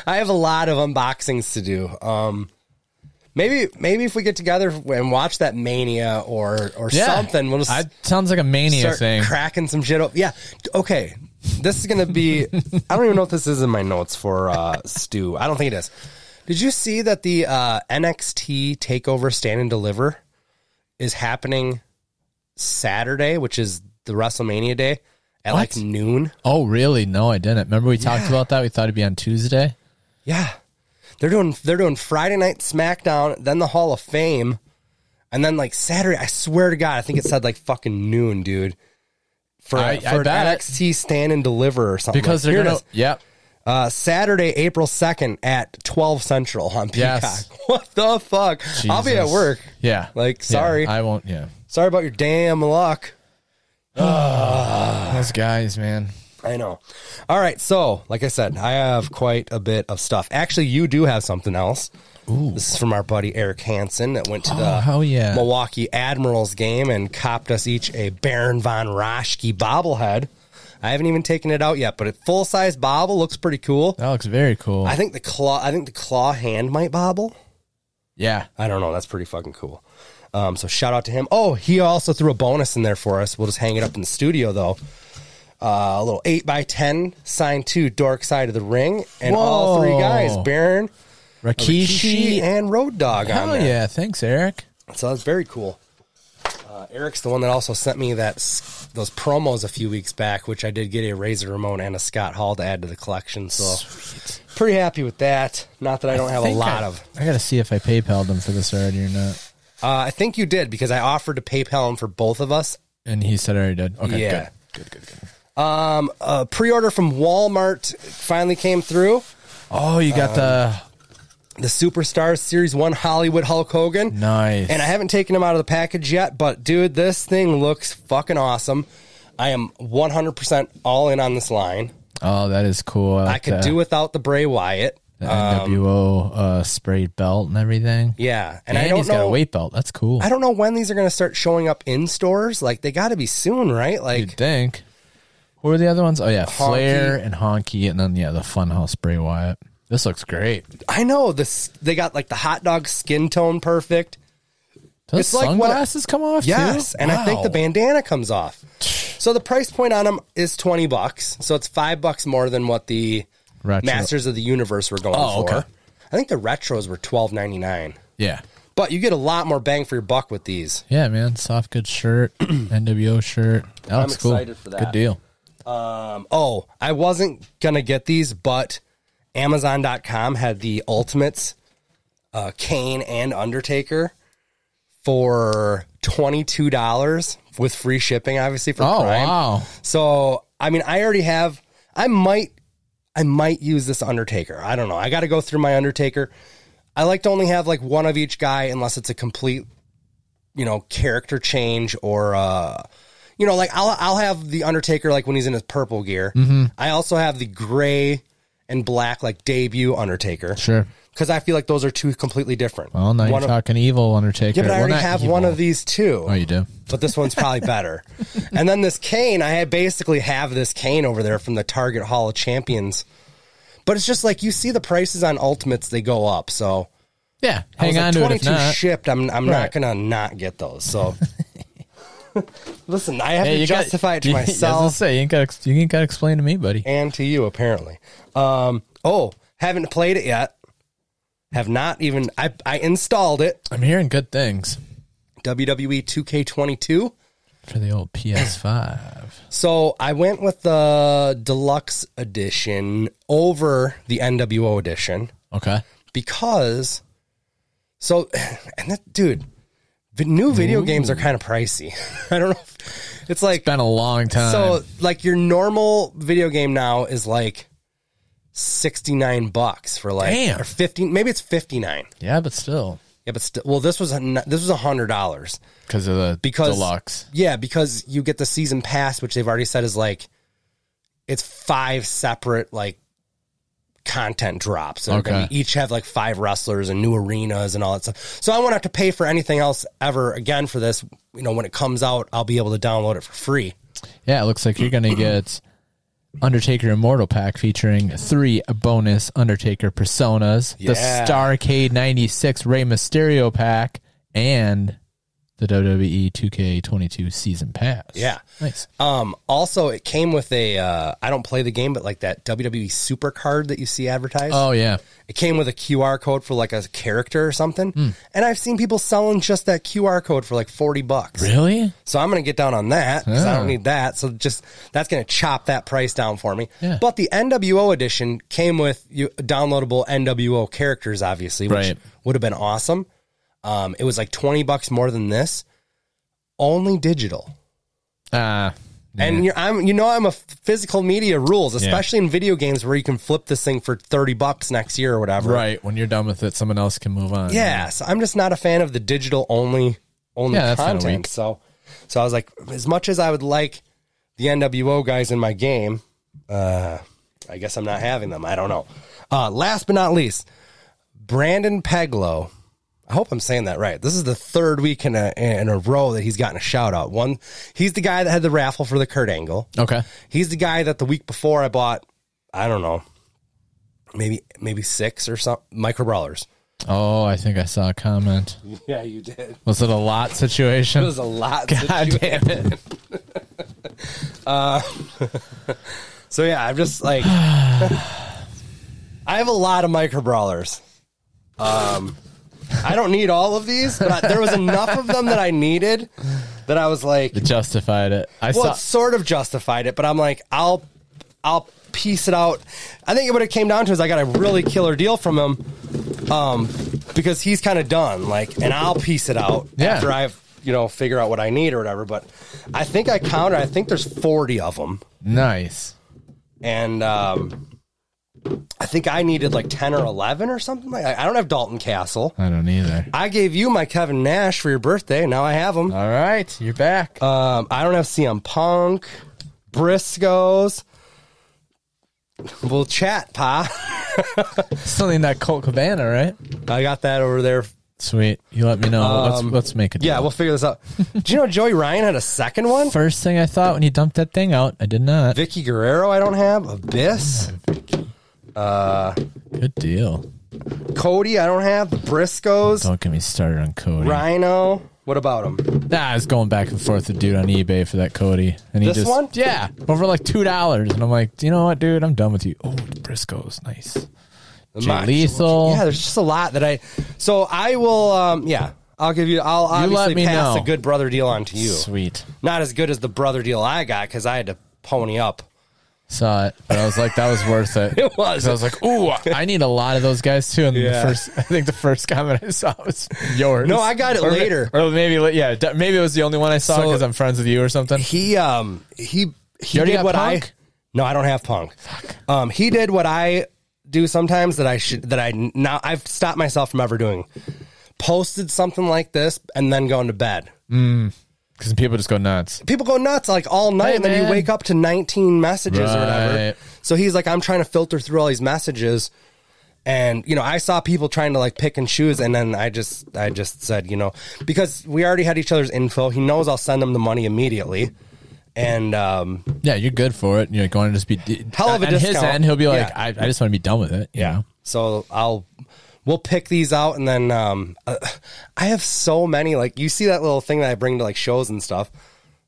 [SPEAKER 1] I have a lot of unboxings to do. Um, maybe maybe if we get together and watch that Mania or or
[SPEAKER 2] Yeah,
[SPEAKER 1] something, we'll just
[SPEAKER 2] I, sounds like a mania
[SPEAKER 1] start
[SPEAKER 2] thing.
[SPEAKER 1] cracking some shit up. Yeah. Okay. This is gonna be. I don't even know if this is in my notes for uh, Stu. I don't think it is. Did you see that the uh, NXT Takeover Stand and Deliver is happening Saturday, which is the WrestleMania day at like
[SPEAKER 2] What?
[SPEAKER 1] noon?
[SPEAKER 2] Oh, really? No, I didn't. Remember we talked about that? We thought it'd be on Tuesday.
[SPEAKER 1] Yeah. They're doing they're doing Friday night SmackDown, then the Hall of Fame, and then like Saturday. I swear to God, I think it said like fucking noon, dude. For,
[SPEAKER 2] I-
[SPEAKER 1] for
[SPEAKER 2] I
[SPEAKER 1] an
[SPEAKER 2] bet.
[SPEAKER 1] NXT stand and deliver or something.
[SPEAKER 2] Because
[SPEAKER 1] Like, here
[SPEAKER 2] they're
[SPEAKER 1] it
[SPEAKER 2] gonna
[SPEAKER 1] is.
[SPEAKER 2] Yep.
[SPEAKER 1] uh, Saturday, April second at twelve central on Peacock.
[SPEAKER 2] Yes.
[SPEAKER 1] What the fuck? I'll be at
[SPEAKER 2] Jesus.
[SPEAKER 1] work.
[SPEAKER 2] Yeah.
[SPEAKER 1] Like,
[SPEAKER 2] Yeah,
[SPEAKER 1] sorry.
[SPEAKER 2] I won't yeah.
[SPEAKER 1] Sorry about your damn luck. Uh,
[SPEAKER 2] Those guys, man.
[SPEAKER 1] I know. All right, so like I said, I have quite a bit of stuff. Actually, you do have something else. This is from our buddy Eric Hansen that went to the
[SPEAKER 2] Oh, hell yeah.
[SPEAKER 1] Milwaukee Admirals game and copped us each a Baron von Roschke bobblehead. I haven't even taken it out yet, but a full size bobble looks pretty cool.
[SPEAKER 2] That looks very cool.
[SPEAKER 1] I think the claw, I think the claw hand might bobble.
[SPEAKER 2] yeah.
[SPEAKER 1] I don't know. That's pretty fucking cool. Um, so shout out to him. Oh, he also threw a bonus in there for us. We'll just hang it up in the studio though. Uh, a little eight by ten signed to Dark Side of the Ring, and all three
[SPEAKER 2] Whoa.
[SPEAKER 1] guys: Baron, Kishi,
[SPEAKER 2] Rakishi.
[SPEAKER 1] and Road Dog. on
[SPEAKER 2] Hell
[SPEAKER 1] there.
[SPEAKER 2] yeah. Thanks, Eric.
[SPEAKER 1] So that's very cool. Uh, Eric's the one that also sent me that s- those promos a few weeks back, which I did get a Razor Ramon and a Scott Hall to add to the collection. So pretty happy with that. Not that I don't have a
[SPEAKER 2] Think
[SPEAKER 1] lot
[SPEAKER 2] I-
[SPEAKER 1] of.
[SPEAKER 2] I gotta see if I PayPal'd them for this already or not.
[SPEAKER 1] Uh, I think you did because I offered to PayPal him for both of us,
[SPEAKER 2] And he said I already did. Okay,
[SPEAKER 1] Yeah.
[SPEAKER 2] good.
[SPEAKER 1] a pre-order from Walmart finally came through.
[SPEAKER 2] Oh, you
[SPEAKER 1] Um,
[SPEAKER 2] got the
[SPEAKER 1] The Superstars Series One Hollywood Hulk Hogan.
[SPEAKER 2] nice.
[SPEAKER 1] And I haven't taken him out of the package yet, but dude, this thing looks fucking awesome. I am 100% all in on this line.
[SPEAKER 2] Oh, that is cool. I,
[SPEAKER 1] I
[SPEAKER 2] like
[SPEAKER 1] could
[SPEAKER 2] the-
[SPEAKER 1] do without the Bray Wyatt.
[SPEAKER 2] the NWO uh, sprayed belt and everything.
[SPEAKER 1] Yeah, and,
[SPEAKER 2] And,
[SPEAKER 1] I don't
[SPEAKER 2] he's got a
[SPEAKER 1] know.
[SPEAKER 2] weight belt. That's cool.
[SPEAKER 1] I don't know when these are going to start showing up in stores. Like they got to be soon, right?
[SPEAKER 2] You'd
[SPEAKER 1] Like
[SPEAKER 2] think. Who are the other ones? Oh yeah, Flair and Honky, and then yeah, the Funhouse Bray Wyatt. This looks great.
[SPEAKER 1] I know this. They got like the hot dog skin tone perfect.
[SPEAKER 2] Those
[SPEAKER 1] It's like what I-
[SPEAKER 2] sunglasses come off. too?
[SPEAKER 1] Yes, and I think the
[SPEAKER 2] Wow.
[SPEAKER 1] bandana comes off. So the price point on them is twenty bucks. So it's five bucks more than what the
[SPEAKER 2] Retro.
[SPEAKER 1] Masters of the Universe were going
[SPEAKER 2] Oh,
[SPEAKER 1] for.
[SPEAKER 2] okay.
[SPEAKER 1] I think the retros were twelve ninety nine,
[SPEAKER 2] Yeah,
[SPEAKER 1] but you get a lot more bang for your buck with these.
[SPEAKER 2] yeah, man. Soft good shirt, NWO shirt. That looks cool.
[SPEAKER 1] excited for that.
[SPEAKER 2] Good deal.
[SPEAKER 1] Um, oh, I wasn't gonna get these, but Amazon.com had the Ultimates, uh, Kane and Undertaker for twenty two dollars with free shipping, obviously for
[SPEAKER 2] Oh
[SPEAKER 1] Prime.
[SPEAKER 2] wow,
[SPEAKER 1] So I mean, I already have. I might, I might use this Undertaker. I don't know. I got to go through my Undertaker. I like to only have like one of each guy, unless it's a complete, you know, character change or, uh, you know, like I'll I'll have the Undertaker like when he's in his purple gear.
[SPEAKER 2] Mm-hmm.
[SPEAKER 1] I also have the gray and black like debut Undertaker
[SPEAKER 2] sure.
[SPEAKER 1] because I feel like those are two completely different.
[SPEAKER 2] Well, now
[SPEAKER 1] one
[SPEAKER 2] you're
[SPEAKER 1] of,
[SPEAKER 2] talking evil Undertaker.
[SPEAKER 1] yeah, but I
[SPEAKER 2] Well,
[SPEAKER 1] already
[SPEAKER 2] not
[SPEAKER 1] have one
[SPEAKER 2] evil.
[SPEAKER 1] of these too
[SPEAKER 2] Oh, you do.
[SPEAKER 1] but this one's probably better. and then this cane, I had basically have this cane over there from the Target Hall of Champions. But it's just like you see the prices on Ultimates, they go up. So
[SPEAKER 2] Yeah,
[SPEAKER 1] I was
[SPEAKER 2] hang
[SPEAKER 1] like,
[SPEAKER 2] on to it. If not,
[SPEAKER 1] shipped. I'm I'm not
[SPEAKER 2] Right.
[SPEAKER 1] gonna not get those. So listen, I have
[SPEAKER 2] Hey,
[SPEAKER 1] to
[SPEAKER 2] got-
[SPEAKER 1] justify it to
[SPEAKER 2] Yeah, I was gonna
[SPEAKER 1] myself
[SPEAKER 2] say you ain't got you ain't got to explain to me, buddy.
[SPEAKER 1] and to you apparently. Um, oh, haven't played it yet. Have not even I I installed it. E
[SPEAKER 2] I'm hearing good things
[SPEAKER 1] WWE 2K22.
[SPEAKER 2] for the old PS5.
[SPEAKER 1] So I went with the deluxe edition over the NWO edition
[SPEAKER 2] Okay. because
[SPEAKER 1] because so and that dude, the new video games are kind of pricey. I don't know. If, it's like
[SPEAKER 2] been a long time.
[SPEAKER 1] so like your normal video game now is like 69 bucks for like
[SPEAKER 2] Damn.
[SPEAKER 1] or 15 maybe it's 59.
[SPEAKER 2] yeah, but still,
[SPEAKER 1] Yeah, but still, well this was a, n- this was $100.
[SPEAKER 2] because of the
[SPEAKER 1] Because-
[SPEAKER 2] deluxe.
[SPEAKER 1] Yeah, because you get the season pass, which they've already said is like it's five separate like content drops. And
[SPEAKER 2] Okay.
[SPEAKER 1] each have like five wrestlers and new arenas and all that stuff. So I won't have to pay for anything else ever again for this. You know, when it comes out, I'll be able to download it for free.
[SPEAKER 2] Yeah, it looks like you're gonna get Undertaker Immortal Pack featuring three bonus Undertaker personas, the
[SPEAKER 1] Yeah.
[SPEAKER 2] Starcade '96 Rey Mysterio pack, and the E WWE 2K22 season pass.
[SPEAKER 1] Yeah.
[SPEAKER 2] nice.
[SPEAKER 1] Um, also, it came with a. Uh, I don't play the game, but like that WWE Super Card that you see advertised.
[SPEAKER 2] Oh yeah,
[SPEAKER 1] It came with a QR code for like a character or something.
[SPEAKER 2] Hmm.
[SPEAKER 1] And I've seen people selling just that QR code for like forty bucks.
[SPEAKER 2] really?
[SPEAKER 1] So I'm going to get down on that because I
[SPEAKER 2] Yeah.
[SPEAKER 1] don't need that. So just that's going to chop that price down for me.
[SPEAKER 2] Yeah.
[SPEAKER 1] But the NWO edition came with you, downloadable NWO characters, obviously, which
[SPEAKER 2] Right.
[SPEAKER 1] would have been awesome. Um, it was like 20 bucks more than this, only digital.
[SPEAKER 2] Ah,
[SPEAKER 1] And you're, I'm, you know, I'm a physical media rules, especially in video games where you can flip this thing for 30 bucks next year or whatever.
[SPEAKER 2] right. When you're done with it, someone else can move on.
[SPEAKER 1] Yeah, so I'm just not a fan of the digital only only
[SPEAKER 2] Yeah, that's kinda
[SPEAKER 1] content.
[SPEAKER 2] weak.
[SPEAKER 1] So so I was like, as much as I would like the NWO guys in my game, uh, I guess I'm not having them. I don't know. Uh, last but not least, Brandon Peglow. I hope I'm saying that right. This is the third week in a in a row that he's gotten a shout out. One, he's the guy that had the raffle for the Kurt Angle.
[SPEAKER 2] Okay.
[SPEAKER 1] He's the guy that the week before I bought. I don't know, maybe maybe six or something micro brawlers.
[SPEAKER 2] Oh, I think I saw a comment.
[SPEAKER 1] Yeah, you did.
[SPEAKER 2] Was it a lot situation?
[SPEAKER 1] It was a lot.
[SPEAKER 2] God
[SPEAKER 1] situa-
[SPEAKER 2] damn it.
[SPEAKER 1] Uh, So yeah, I'm just like, I have a lot of micro brawlers. Um, I don't need all of these, but I- there was enough of them that I needed that I was like,
[SPEAKER 2] It justified it. I
[SPEAKER 1] well,
[SPEAKER 2] saw.
[SPEAKER 1] it sort of justified it, but I'm like, I'll, I'll piece it out. I think what it came down to is I got a really killer deal from him, um, because he's kind of done, like, and I'll piece it out
[SPEAKER 2] Yeah.
[SPEAKER 1] after I've, you know, figure out what I need or whatever. But I think I counted. I think there's 40 of them.
[SPEAKER 2] Nice.
[SPEAKER 1] and um, I think I needed like ten or eleven or something. Like I I don't have Dalton Castle.
[SPEAKER 2] I don't either.
[SPEAKER 1] I gave you my Kevin Nash for your birthday. Now I have him.
[SPEAKER 2] All right, you're back.
[SPEAKER 1] Um, I don't have CM Punk, Briscoes. We'll chat, pa.
[SPEAKER 2] Still in that Colt Cabana, right?
[SPEAKER 1] I got that over there.
[SPEAKER 2] Sweet. You let me know. let's let's make it.
[SPEAKER 1] Um, Yeah, we'll figure this out. Do you know Joey Ryan had a second one?
[SPEAKER 2] First thing I thought when you dumped that thing out, I did not.
[SPEAKER 1] Vicky Guerrero, I don't have. Abyss,
[SPEAKER 2] Good deal.
[SPEAKER 1] Cody, I don't have. The Briscoes,
[SPEAKER 2] Don't get me started on Cody.
[SPEAKER 1] Rhino. What about him?
[SPEAKER 2] Nah, I was going back and forth with dude on eBay for that Cody, and he
[SPEAKER 1] This
[SPEAKER 2] just
[SPEAKER 1] one?
[SPEAKER 2] yeah over like two dollars, and I'm like, you know what, dude, I'm done with you. Oh, the Briscoes, nice. Jay
[SPEAKER 1] Much.
[SPEAKER 2] Lethal.
[SPEAKER 1] Yeah, there's just a lot that I. So I will. Um, yeah, I'll give you. I'll
[SPEAKER 2] You let
[SPEAKER 1] obviously
[SPEAKER 2] me
[SPEAKER 1] pass
[SPEAKER 2] know.
[SPEAKER 1] a good brother deal on to you.
[SPEAKER 2] Sweet.
[SPEAKER 1] Not as good as the brother deal I got because I had to pony up.
[SPEAKER 2] Saw it, but I was like, that was worth it.
[SPEAKER 1] It was.
[SPEAKER 2] 'Cause I was like, ooh, I need a lot of those guys too. And
[SPEAKER 1] Yeah.
[SPEAKER 2] the first, I think the first comment I saw was yours.
[SPEAKER 1] No, I got it
[SPEAKER 2] Or ma-
[SPEAKER 1] later.
[SPEAKER 2] or maybe, li- yeah, d- maybe it was the only one I saw
[SPEAKER 1] So-
[SPEAKER 2] because I'm friends with you or something.
[SPEAKER 1] He um he he
[SPEAKER 2] You already
[SPEAKER 1] did
[SPEAKER 2] got
[SPEAKER 1] what I.
[SPEAKER 2] Punk?
[SPEAKER 1] No, I don't have punk. Um, he did what I do sometimes that I should that I now I've stopped myself from ever doing. Posted something like this and then going to bed.
[SPEAKER 2] Because people just go nuts.
[SPEAKER 1] people go nuts like all night,
[SPEAKER 2] Hey,
[SPEAKER 1] and then you
[SPEAKER 2] man.
[SPEAKER 1] wake up to 19 messages or
[SPEAKER 2] Right.
[SPEAKER 1] whatever. So he's like, I'm trying to filter through all these messages, and you know, I saw people trying to like pick and choose, and then I just, I just said, you know, because we already had each other's info. He knows I'll send him the money immediately, and um,
[SPEAKER 2] Yeah, you're good for it. and You're like, going to just be
[SPEAKER 1] Hell of a
[SPEAKER 2] on his
[SPEAKER 1] discount.
[SPEAKER 2] end. He'll be like,
[SPEAKER 1] Yeah.
[SPEAKER 2] I, I just want to be done with it. You know?
[SPEAKER 1] So I'll we'll pick these out and then um uh, I have so many like you see that little thing that I bring to like shows and stuff.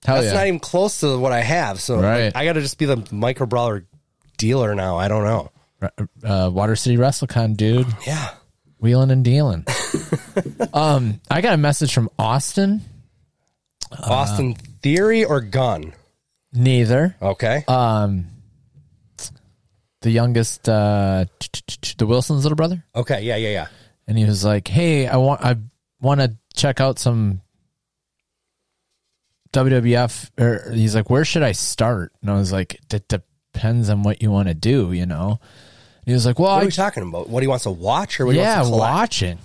[SPEAKER 2] Hell
[SPEAKER 1] That's
[SPEAKER 2] Oh, yeah.
[SPEAKER 1] not even close to what I have. So like,
[SPEAKER 2] Right.
[SPEAKER 1] I got to just be the micro brawler dealer now. I don't know.
[SPEAKER 2] e-, Uh, Water City WrestleCon, dude.
[SPEAKER 1] Yeah.
[SPEAKER 2] wheeling and dealing. um, I got a message from Austin.
[SPEAKER 1] Austin
[SPEAKER 2] Uh,
[SPEAKER 1] Theory or Gun?
[SPEAKER 2] Neither.
[SPEAKER 1] Okay.
[SPEAKER 2] Um, the youngest, uh, t- t- t- the Wilson's little brother,
[SPEAKER 1] okay. Yeah. Yeah. Yeah.
[SPEAKER 2] and he was like, "Hey, I want, I want to check out some WWF." Or he's like, "Where should I start?" And I was like, "It depends on what you want to do, you know." And he was like, "Well,
[SPEAKER 1] What are
[SPEAKER 2] I,
[SPEAKER 1] we talking about? What he wants to watch or what he
[SPEAKER 2] yeah,
[SPEAKER 1] wants to collect?
[SPEAKER 2] watching."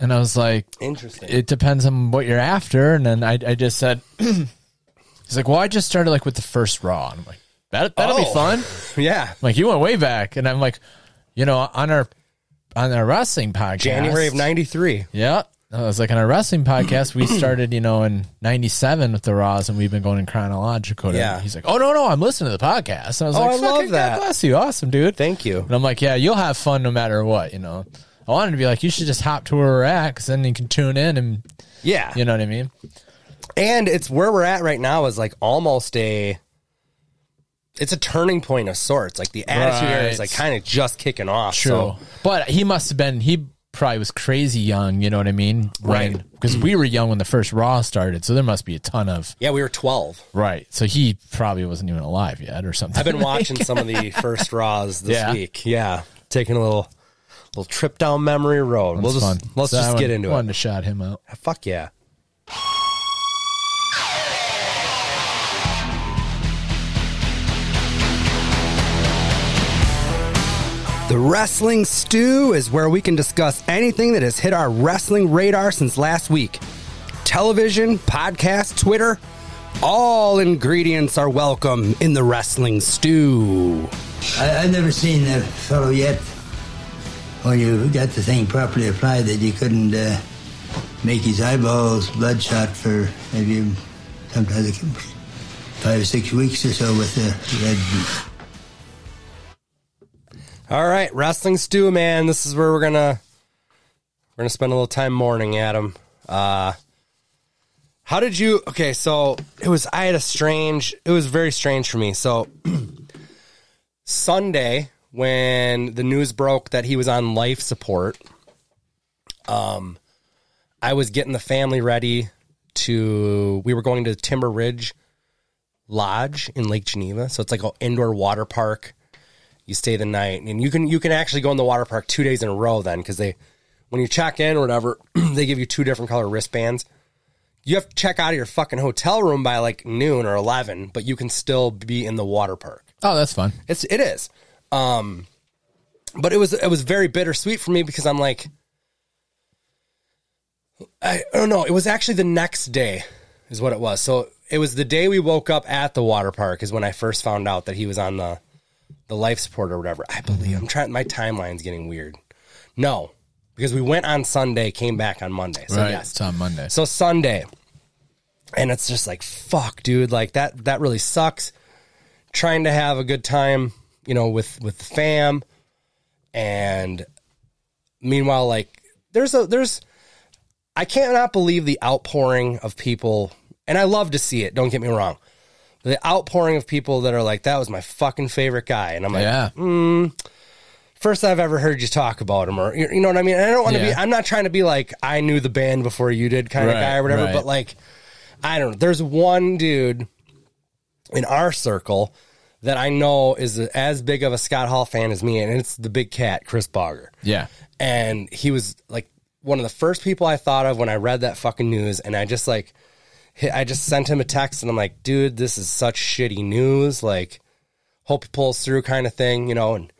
[SPEAKER 2] And I was like,
[SPEAKER 1] Interesting.
[SPEAKER 2] it depends on what you're after. And then I, I just said, he's like, well, I just started like with the first Raw. And I'm like, that, that'll be
[SPEAKER 1] Oh.
[SPEAKER 2] fun. I'm
[SPEAKER 1] yeah.
[SPEAKER 2] like, you went way back. And I'm like, you know, on our, on our wrestling podcast.
[SPEAKER 1] January of '93.
[SPEAKER 2] Yeah. I was like, on our wrestling podcast, we started, you know, in 97 with the Raws and we've been going in chronological. order.
[SPEAKER 1] Yeah.
[SPEAKER 2] He's like, oh, no, no, I'm listening to the podcast. And I was
[SPEAKER 1] Oh,
[SPEAKER 2] like,
[SPEAKER 1] I love
[SPEAKER 2] fucking God
[SPEAKER 1] that.
[SPEAKER 2] Bless you. Awesome, dude.
[SPEAKER 1] Thank you.
[SPEAKER 2] And I'm like, yeah, you'll have fun no matter what, you know. I wanted to be like, you should just hop to where we're at because then you can tune in and
[SPEAKER 1] Yeah.
[SPEAKER 2] you know what I mean?
[SPEAKER 1] And it's where we're at right now is like almost a it's a turning point of sorts. Like the attitude era is
[SPEAKER 2] Right.
[SPEAKER 1] like kind of just kicking off.
[SPEAKER 2] True.
[SPEAKER 1] So
[SPEAKER 2] But he must have been, he probably was crazy young, you know what I mean?
[SPEAKER 1] Right.
[SPEAKER 2] Because we were young when the first Raw started. So there must be a ton of.
[SPEAKER 1] yeah, we were 12.
[SPEAKER 2] Right. So he probably wasn't even alive yet or something.
[SPEAKER 1] I've been watching some of the first Raws this
[SPEAKER 2] Yeah.
[SPEAKER 1] week. Yeah. Taking a little little trip down memory road. we'll just
[SPEAKER 2] Fun.
[SPEAKER 1] let's
[SPEAKER 2] So I
[SPEAKER 1] just
[SPEAKER 2] wanted-
[SPEAKER 1] get into it.
[SPEAKER 2] wanted to shout him out.
[SPEAKER 1] Fuck yeah.
[SPEAKER 4] The Wrestling Stew is where we can discuss anything that has hit our wrestling radar since last week. Television, podcast, Twitter, all ingredients are welcome in the Wrestling Stew.
[SPEAKER 5] I, I've never seen a fellow yet when you got the thing properly applied that you couldn't uh, make his eyeballs bloodshot for maybe sometimes it can- five or six weeks or so with the red.
[SPEAKER 1] All right, wrestling stew, man. This is where we're gonna we're gonna spend a little time mourning Adam. Uh, how did you? Okay, so it was I had a strange. It was very strange for me. So Sunday when the news broke that he was on life support, um, I was getting the family ready to. We were going to Timber Ridge Lodge in Lake Geneva, so it's like an indoor water park you stay the night and you can you can actually go in the water park two days in a row then because they when you check in or whatever they give you two different color wristbands you have to check out of your fucking hotel room by like noon or 11 but you can still be in the water park
[SPEAKER 2] Oh, that's fun.
[SPEAKER 1] it's it is. Um but it was it was very bittersweet for me because I'm like I, I don't know, it was actually the next day is what it was. So it was the day we woke up at the water park is when I first found out that he was on the the life support or whatever. I believe I'm trying my timeline's getting weird. No. Because we went on Sunday, came back on Monday. So
[SPEAKER 2] right.
[SPEAKER 1] yes.
[SPEAKER 2] It's on Monday.
[SPEAKER 1] So Sunday, and it's just like fuck, dude. Like that that really sucks. Trying to have a good time, you know, with with the fam, and meanwhile, like there's a there's I cannot believe the outpouring of people, and I love to see it. Don't get me wrong. The outpouring of people that are like, "That was my fucking favorite guy," and I'm like, mm.
[SPEAKER 2] yeah.
[SPEAKER 1] first I've ever heard you talk about him, or you you know what I mean. And I don't want to be.
[SPEAKER 2] Yeah.
[SPEAKER 1] I'm not trying to be like I knew the band before you did kind of
[SPEAKER 2] Right,
[SPEAKER 1] guy or whatever.
[SPEAKER 2] right.
[SPEAKER 1] But like, I don't know. There's one dude in our circle that I know is as big of a Scott Hall fan as me, and it's the big cat, Chris Bogger
[SPEAKER 2] Yeah.
[SPEAKER 1] and he was like one of the first people I thought of when I read that fucking news, and I just like, hit, I just sent him a text, and I'm like, dude, this is such shitty news. Like, hope he pulls through, kind of thing, you know. And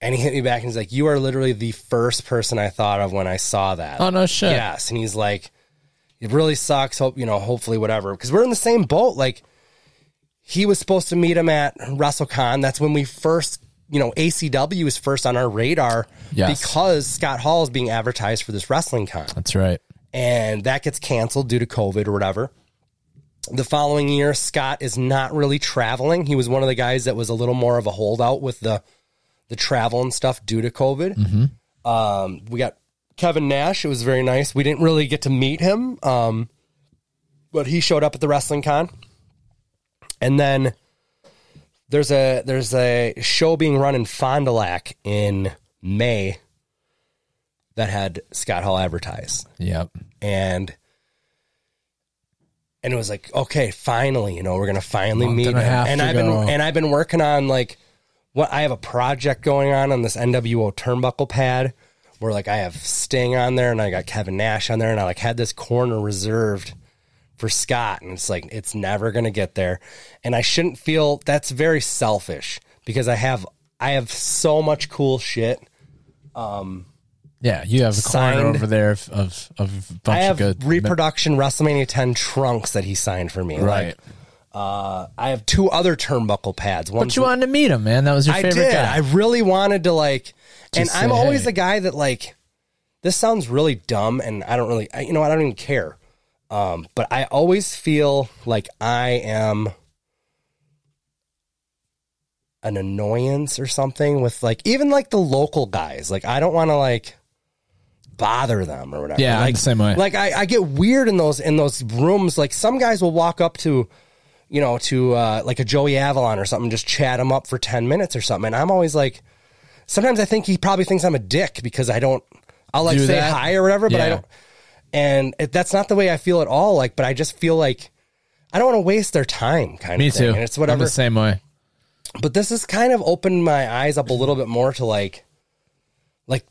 [SPEAKER 1] and he hit me back, and he's like, you are literally the first person I thought of when I saw that.
[SPEAKER 2] Oh, no shit.
[SPEAKER 1] Yes, and he's like, it really sucks. Hope you know, hopefully, whatever, because we're in the same boat. Like, he was supposed to meet him at WrestleCon. That's when we first, you know, ACW was first on our radar
[SPEAKER 2] Yes.
[SPEAKER 1] because Scott Hall is being advertised for this wrestling con.
[SPEAKER 2] That's right.
[SPEAKER 1] And that gets canceled due to COVID or whatever. The following year, Scott is not really traveling. He was one of the guys that was a little more of a holdout with the the travel and stuff due to COVID. Um, we got Kevin Nash. It was very nice. We didn't really get to meet him, um, but he showed up at the wrestling con. And then there's a there's a show being run in Fond du Lac in May that had Scott Hall advertise
[SPEAKER 2] Yep.
[SPEAKER 1] and and it was like okay finally you know we're gonna finally
[SPEAKER 2] Month
[SPEAKER 1] meet
[SPEAKER 2] and a half
[SPEAKER 1] and i've
[SPEAKER 2] ago.
[SPEAKER 1] been and i've been working on like what i have a project going on on this nwo turnbuckle pad where like i have sting on there and i got kevin nash on there and i like had this corner reserved for scott and it's like it's never gonna get there and i shouldn't feel that's very selfish because i have i have so much cool shit
[SPEAKER 2] Yeah, you have a corner
[SPEAKER 1] Signed.
[SPEAKER 2] over there of of, of a bunch
[SPEAKER 1] I have
[SPEAKER 2] of good
[SPEAKER 1] reproduction WrestleMania 10 trunks that he signed for me.
[SPEAKER 2] Right.
[SPEAKER 1] Like, I have two other turnbuckle pads. One
[SPEAKER 2] but you wanted to meet him, man. That was your
[SPEAKER 1] I
[SPEAKER 2] favorite
[SPEAKER 1] did.
[SPEAKER 2] guy.
[SPEAKER 1] I really wanted to like, and
[SPEAKER 2] Just
[SPEAKER 1] I'm
[SPEAKER 2] say,
[SPEAKER 1] always
[SPEAKER 2] hey.
[SPEAKER 1] the guy that like. This sounds really dumb, and I don't really, I, you know, I don't even care. Um, but I always feel like I am an annoyance or something with like even like the local guys. Like I don't want to like bother them or whatever.
[SPEAKER 2] Yeah, I'm
[SPEAKER 1] like,
[SPEAKER 2] the same way.
[SPEAKER 1] Like I, I get weird in those in those rooms. Like some guys will walk up to, you know, to uh, like a Joey Avalon or something, just chat him up for ten minutes or something. And I'm always like, sometimes I think he probably thinks I'm a dick because I don't. I'll like
[SPEAKER 2] Do
[SPEAKER 1] say
[SPEAKER 2] that?
[SPEAKER 1] hi or whatever, but I
[SPEAKER 2] Yeah.
[SPEAKER 1] don't. And it, that's not the way I feel at all. Like, but I just feel like I don't want to waste their time, kind
[SPEAKER 2] Me
[SPEAKER 1] of. Thing.
[SPEAKER 2] too.
[SPEAKER 1] And it's whatever
[SPEAKER 2] I'm the same way.
[SPEAKER 1] but this has kind of opened my eyes up a little bit more to like like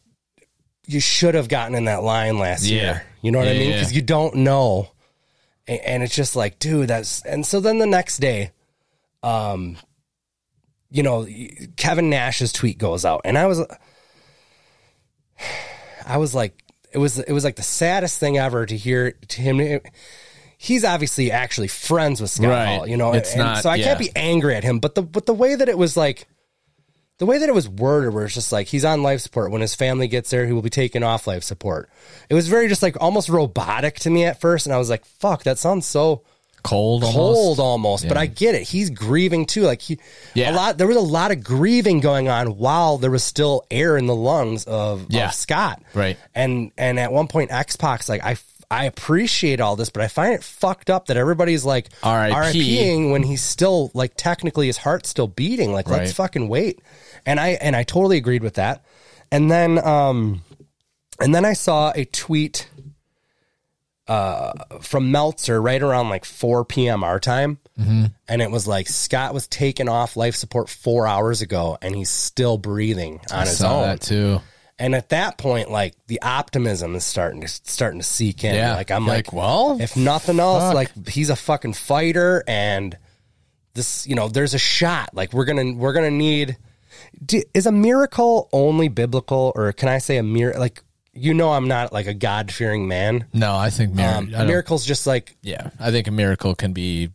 [SPEAKER 1] you should have gotten in that line last
[SPEAKER 2] Yeah.
[SPEAKER 1] year you know what i
[SPEAKER 2] Yeah,
[SPEAKER 1] mean
[SPEAKER 2] yeah.
[SPEAKER 1] because you don't know A- and, it's just like dude that's and so then the next day um you know kevin nash's tweet goes out and i was i was like it was it was like the saddest thing ever to hear to him he's obviously actually friends with scott
[SPEAKER 2] Right.
[SPEAKER 1] hall you know
[SPEAKER 2] It's
[SPEAKER 1] and
[SPEAKER 2] not-
[SPEAKER 1] so i
[SPEAKER 2] yeah.
[SPEAKER 1] can't be angry at him, but the but the way that it was like the way that it was worded where it's just like he's on life support. When his family gets there, he will be taken off life support. It was very just like almost robotic to me at first, and I was like, fuck, that sounds so
[SPEAKER 2] Cold,
[SPEAKER 1] cold
[SPEAKER 2] almost.
[SPEAKER 1] almost. But
[SPEAKER 2] Yeah.
[SPEAKER 1] I get it. He's grieving too. Like he
[SPEAKER 2] Yeah.
[SPEAKER 1] a lot there was a lot of grieving going on while there was still air in the lungs of, of
[SPEAKER 2] Yeah.
[SPEAKER 1] Scott.
[SPEAKER 2] Right.
[SPEAKER 1] And and at one point X Pac's like I f- I appreciate all this, but I find it fucked up that everybody's like
[SPEAKER 2] RIP.
[SPEAKER 1] RIPing when he's still like technically his heart's still beating. Like let's
[SPEAKER 2] Right.
[SPEAKER 1] fucking wait. And I and I totally agreed with that. And then um and then I saw a tweet from Meltzer right around like 4 p.m. our time.
[SPEAKER 2] Mm-hmm.
[SPEAKER 1] And it was like Scott was taken off life support four hours ago and he's still breathing on
[SPEAKER 2] I
[SPEAKER 1] his
[SPEAKER 2] saw
[SPEAKER 1] own.
[SPEAKER 2] that too.
[SPEAKER 1] And at that point, like the optimism is starting to starting to seek in.
[SPEAKER 2] Yeah.
[SPEAKER 1] Like I'm
[SPEAKER 2] You're
[SPEAKER 1] like,
[SPEAKER 2] like, well,
[SPEAKER 1] if nothing else,
[SPEAKER 2] fuck.
[SPEAKER 1] like he's a fucking fighter and this, you know, there's a shot. Like we're gonna we're gonna need do, is a miracle only biblical or can I say a mir like you know I'm not like a God fearing man.
[SPEAKER 2] No, I think mir-
[SPEAKER 1] Um,
[SPEAKER 2] I
[SPEAKER 1] a
[SPEAKER 2] don't-
[SPEAKER 1] miracle's just like
[SPEAKER 2] Yeah, I think a miracle can be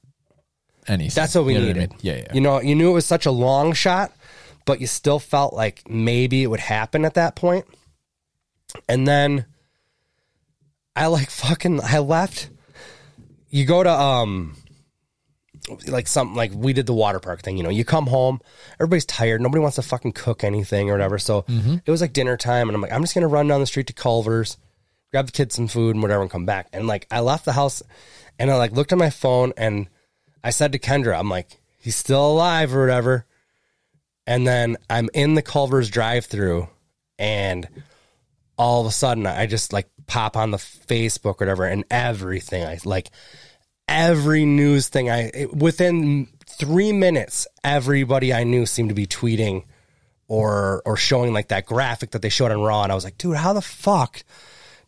[SPEAKER 2] anything.
[SPEAKER 1] That's what we
[SPEAKER 2] You know I
[SPEAKER 1] needed.
[SPEAKER 2] mean? Yeah, yeah.
[SPEAKER 1] You know, you knew it was such a long shot, but you still felt like maybe it would happen at that point. And then I like fucking I left. You go to um like something like we did the water park thing, you know. You come home, everybody's tired, nobody wants to fucking cook anything or whatever. So it was like dinner time and I'm like, I'm just gonna run down the street to Culver's, grab the kids some food and whatever and come back. And like I left the house and I like looked at my phone and I said to Kendra, I'm like, he's still alive or whatever. And then I'm in the Culver's drive through and all of a sudden I just like pop on the Facebook or whatever and everything I like every news thing I it- within 3 minutes everybody I knew seemed to be tweeting or or showing like that graphic that they showed on Raw and I was like dude how the fuck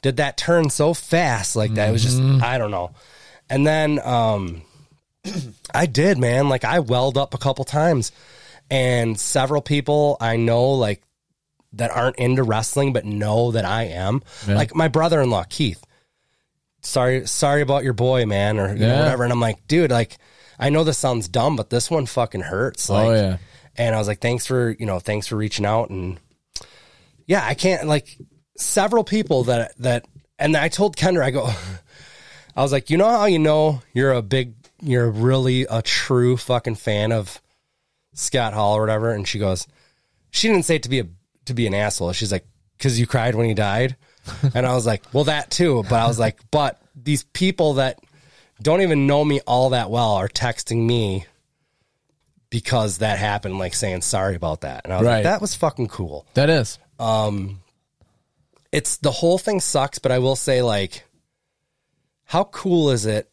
[SPEAKER 1] did that turn so fast like that it was just I don't know and then um I did, man. Like I welled up a couple times, and several people I know like that aren't into wrestling but know that I am. Like my brother-in-law Keith. Sorry, sorry about your boy, man, or you know,
[SPEAKER 2] Yeah.
[SPEAKER 1] whatever. And I'm like, dude, like I know this sounds dumb, but this one fucking hurts. Like,
[SPEAKER 2] oh yeah.
[SPEAKER 1] and I was like, thanks for, you know, thanks for reaching out. And yeah, I can't like several people that, that, and I told Kendra, I go, I was like, you know how you know you're a big, you're really a true fucking fan of Scott Hall or whatever. And she goes, she didn't say it to be a, to be an asshole. She's like, cause you cried when he died. And I was like, well, that too. But I was like, but these people that don't even know me all that well are texting me because that happened, like saying sorry about that. And I was like,
[SPEAKER 2] Right.
[SPEAKER 1] that was fucking cool.
[SPEAKER 2] That is.
[SPEAKER 1] it's the whole thing sucks, but I will say like how cool is it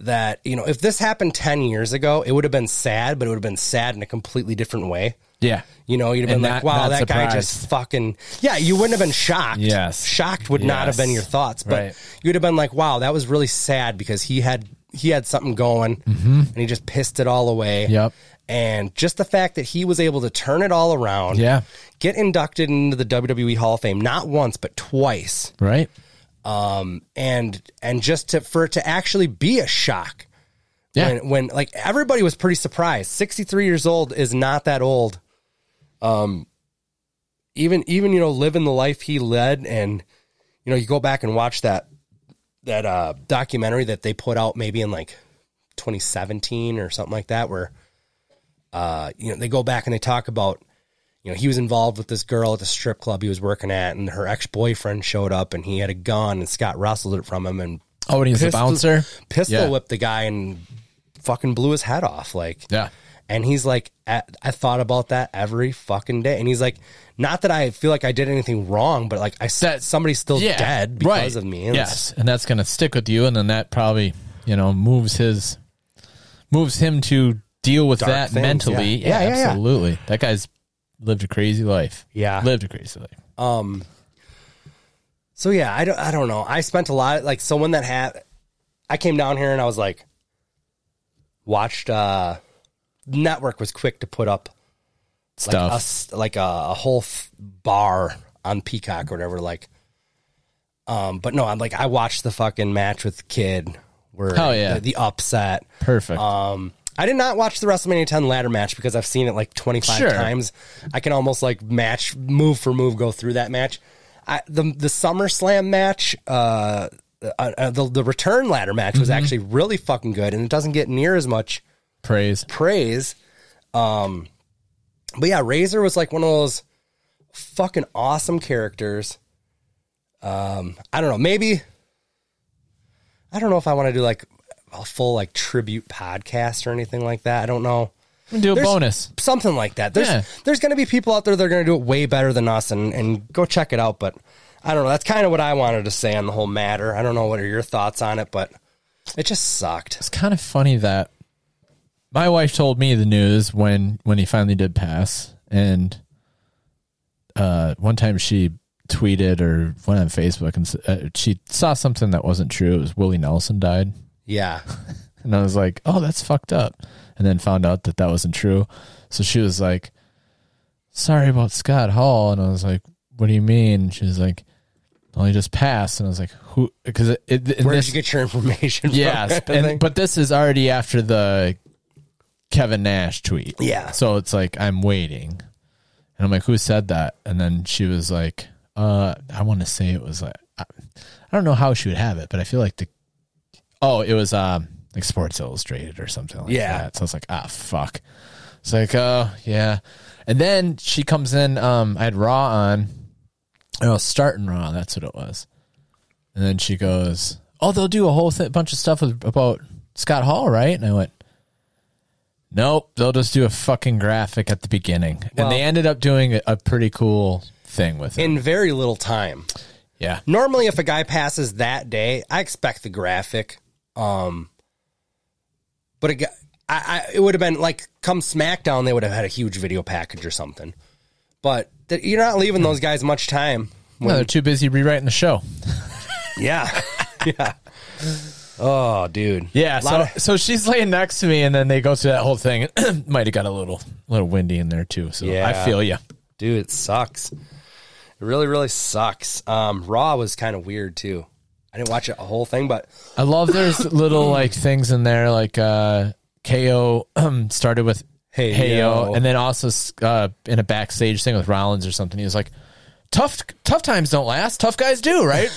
[SPEAKER 1] that, you know, if this happened 10 years ago, it would have been sad, but it would have been sad in a completely different way.
[SPEAKER 2] Yeah.
[SPEAKER 1] You know, you'd have
[SPEAKER 2] And
[SPEAKER 1] been like,
[SPEAKER 2] not-
[SPEAKER 1] wow,
[SPEAKER 2] not
[SPEAKER 1] that guy just
[SPEAKER 2] surprised.
[SPEAKER 1] fucking, yeah, you wouldn't have been shocked.
[SPEAKER 2] Yes.
[SPEAKER 1] Shocked would not have
[SPEAKER 2] Yes.
[SPEAKER 1] been your thoughts, but
[SPEAKER 2] Right.
[SPEAKER 1] you'd have been like, wow, that was really sad because he had, he had something going and he just pissed it all away.
[SPEAKER 2] Mm-hmm. Yep.
[SPEAKER 1] And just the fact that he was able to turn it all around.
[SPEAKER 2] Yeah.
[SPEAKER 1] Get inducted into the WWE Hall of Fame, not once, but twice.
[SPEAKER 2] Right.
[SPEAKER 1] And, and just to, for it to actually be a shock
[SPEAKER 2] Yeah.
[SPEAKER 1] when, when like everybody was pretty surprised. 63 years old is not that old. Um, even, even, you know, living the life he led and, you know, you go back and watch that, that, uh, documentary that they put out maybe in like 2017 or something like that, where, uh, you know, they go back and they talk about, you know, he was involved with this girl at the strip club he was working at and her ex-boyfriend showed up and he had a gun and Scott wrestled it from him and
[SPEAKER 2] oh, and he's a
[SPEAKER 1] pistol-
[SPEAKER 2] bouncer.
[SPEAKER 1] pistol
[SPEAKER 2] Yeah.
[SPEAKER 1] whipped the guy and fucking blew his head off. Like,
[SPEAKER 2] Yeah.
[SPEAKER 1] and he's like, I I thought about that every fucking day. And he's like, not that I feel like I did anything wrong, but like I said,
[SPEAKER 2] That-
[SPEAKER 1] somebody's still
[SPEAKER 2] yeah,
[SPEAKER 1] dead because
[SPEAKER 2] right.
[SPEAKER 1] of me. And
[SPEAKER 2] yes, and that's going to stick with you, and then that probably you know moves his moves him to deal with
[SPEAKER 1] Dark
[SPEAKER 2] that
[SPEAKER 1] things,
[SPEAKER 2] mentally.
[SPEAKER 1] yeah. Yeah, yeah, yeah.
[SPEAKER 2] absolutely. That guy's lived a crazy life.
[SPEAKER 1] Yeah.
[SPEAKER 2] lived a crazy life.
[SPEAKER 1] Um. So yeah, I don't. I don't know. I spent a lot. Like someone that had, I came down here and I was like, watched. uh Network was quick to put up like
[SPEAKER 2] Stuff.
[SPEAKER 1] a s- like a, a whole f- bar on Peacock or whatever. Like, um, but no, I'm like I watched the fucking match with Kid. Where
[SPEAKER 2] Oh, yeah.
[SPEAKER 1] the, the upset.
[SPEAKER 2] Perfect.
[SPEAKER 1] Um, I did not watch the WrestleMania 10 ladder match because I've seen it like 25
[SPEAKER 2] Sure.
[SPEAKER 1] times. I can almost like match move for move go through that match. I, the the SummerSlam match, uh, uh, uh, the the return ladder match was actually really fucking good, and it doesn't get near as much
[SPEAKER 2] Praise.
[SPEAKER 1] praise. Um, but yeah, Razor was like one of those fucking awesome characters. Um, I don't know, maybe I don't know if I want to do like a full like tribute podcast or anything like that. I don't know.
[SPEAKER 2] We do a
[SPEAKER 1] There's-
[SPEAKER 2] bonus.
[SPEAKER 1] Something like that. There's
[SPEAKER 2] Yeah.
[SPEAKER 1] there's gonna be people out there that are gonna do it way better than us and, and go check it out, but I don't know. That's kind of what I wanted to say on the whole matter. I don't know what are your thoughts on it, but it just sucked.
[SPEAKER 2] It's kind of funny that my wife told me the news when when he finally did pass, and uh, one time she tweeted or went on Facebook and s- uh, she saw something that wasn't true. It was Willie Nelson died.
[SPEAKER 1] Yeah.
[SPEAKER 2] And I was like, oh, that's fucked up. And then found out that that wasn't true. So she was like, sorry about Scott Hall. And I was like, what do you mean? She was like, well, he just passed. And I was like, who? Because it, it, in
[SPEAKER 1] Where
[SPEAKER 2] this,
[SPEAKER 1] did you get your information from?
[SPEAKER 2] Yes.
[SPEAKER 1] Kind of thing.
[SPEAKER 2] and, but this is already after the Kevin Nash tweet.
[SPEAKER 1] Yeah.
[SPEAKER 2] So it's like, I'm waiting. And I'm like, who said that? And then she was like, uh, I want to say it was like, I, I don't know how she would have it, but I feel like the, oh, it was um, like Sports Illustrated or something like
[SPEAKER 1] Yeah.
[SPEAKER 2] that. So I was like, ah, fuck. It's like, oh, yeah. And then she comes in, um, I had Raw on. I was starting Raw, that's what it was. And then she goes, "Oh, they'll do a whole th- bunch of stuff with, about Scott Hall, right?" And I went, "Nope, they'll just do a fucking graphic at the beginning."
[SPEAKER 1] Well-
[SPEAKER 2] and they ended up doing a, a pretty cool thing with it.
[SPEAKER 1] in very little time.
[SPEAKER 2] yeah,
[SPEAKER 1] Normally, if a guy passes that day, I expect the graphic. Um, but it, I, I, it would have been like come SmackDown, they would have had a huge video package or something. But th- you're not leaving those guys much time.
[SPEAKER 2] no, they're too busy rewriting the show.
[SPEAKER 1] Yeah, yeah. Oh, dude.
[SPEAKER 2] Yeah,
[SPEAKER 1] Lot
[SPEAKER 2] so
[SPEAKER 1] of-
[SPEAKER 2] so she's laying next to me, and then they go through that whole thing. Might have got a little little windy in there too. So
[SPEAKER 1] Yeah.
[SPEAKER 2] I feel you.
[SPEAKER 1] dude, it sucks. It really, really sucks. Um, Raw was kind of weird too. I didn't watch it a whole thing, but
[SPEAKER 2] I love there's little like things in there like uh KO started with
[SPEAKER 1] Hey,
[SPEAKER 2] hey, hey
[SPEAKER 1] yo.
[SPEAKER 2] yo. and then also uh, in a backstage thing with Rollins or something he was like tough tough times don't last tough guys do right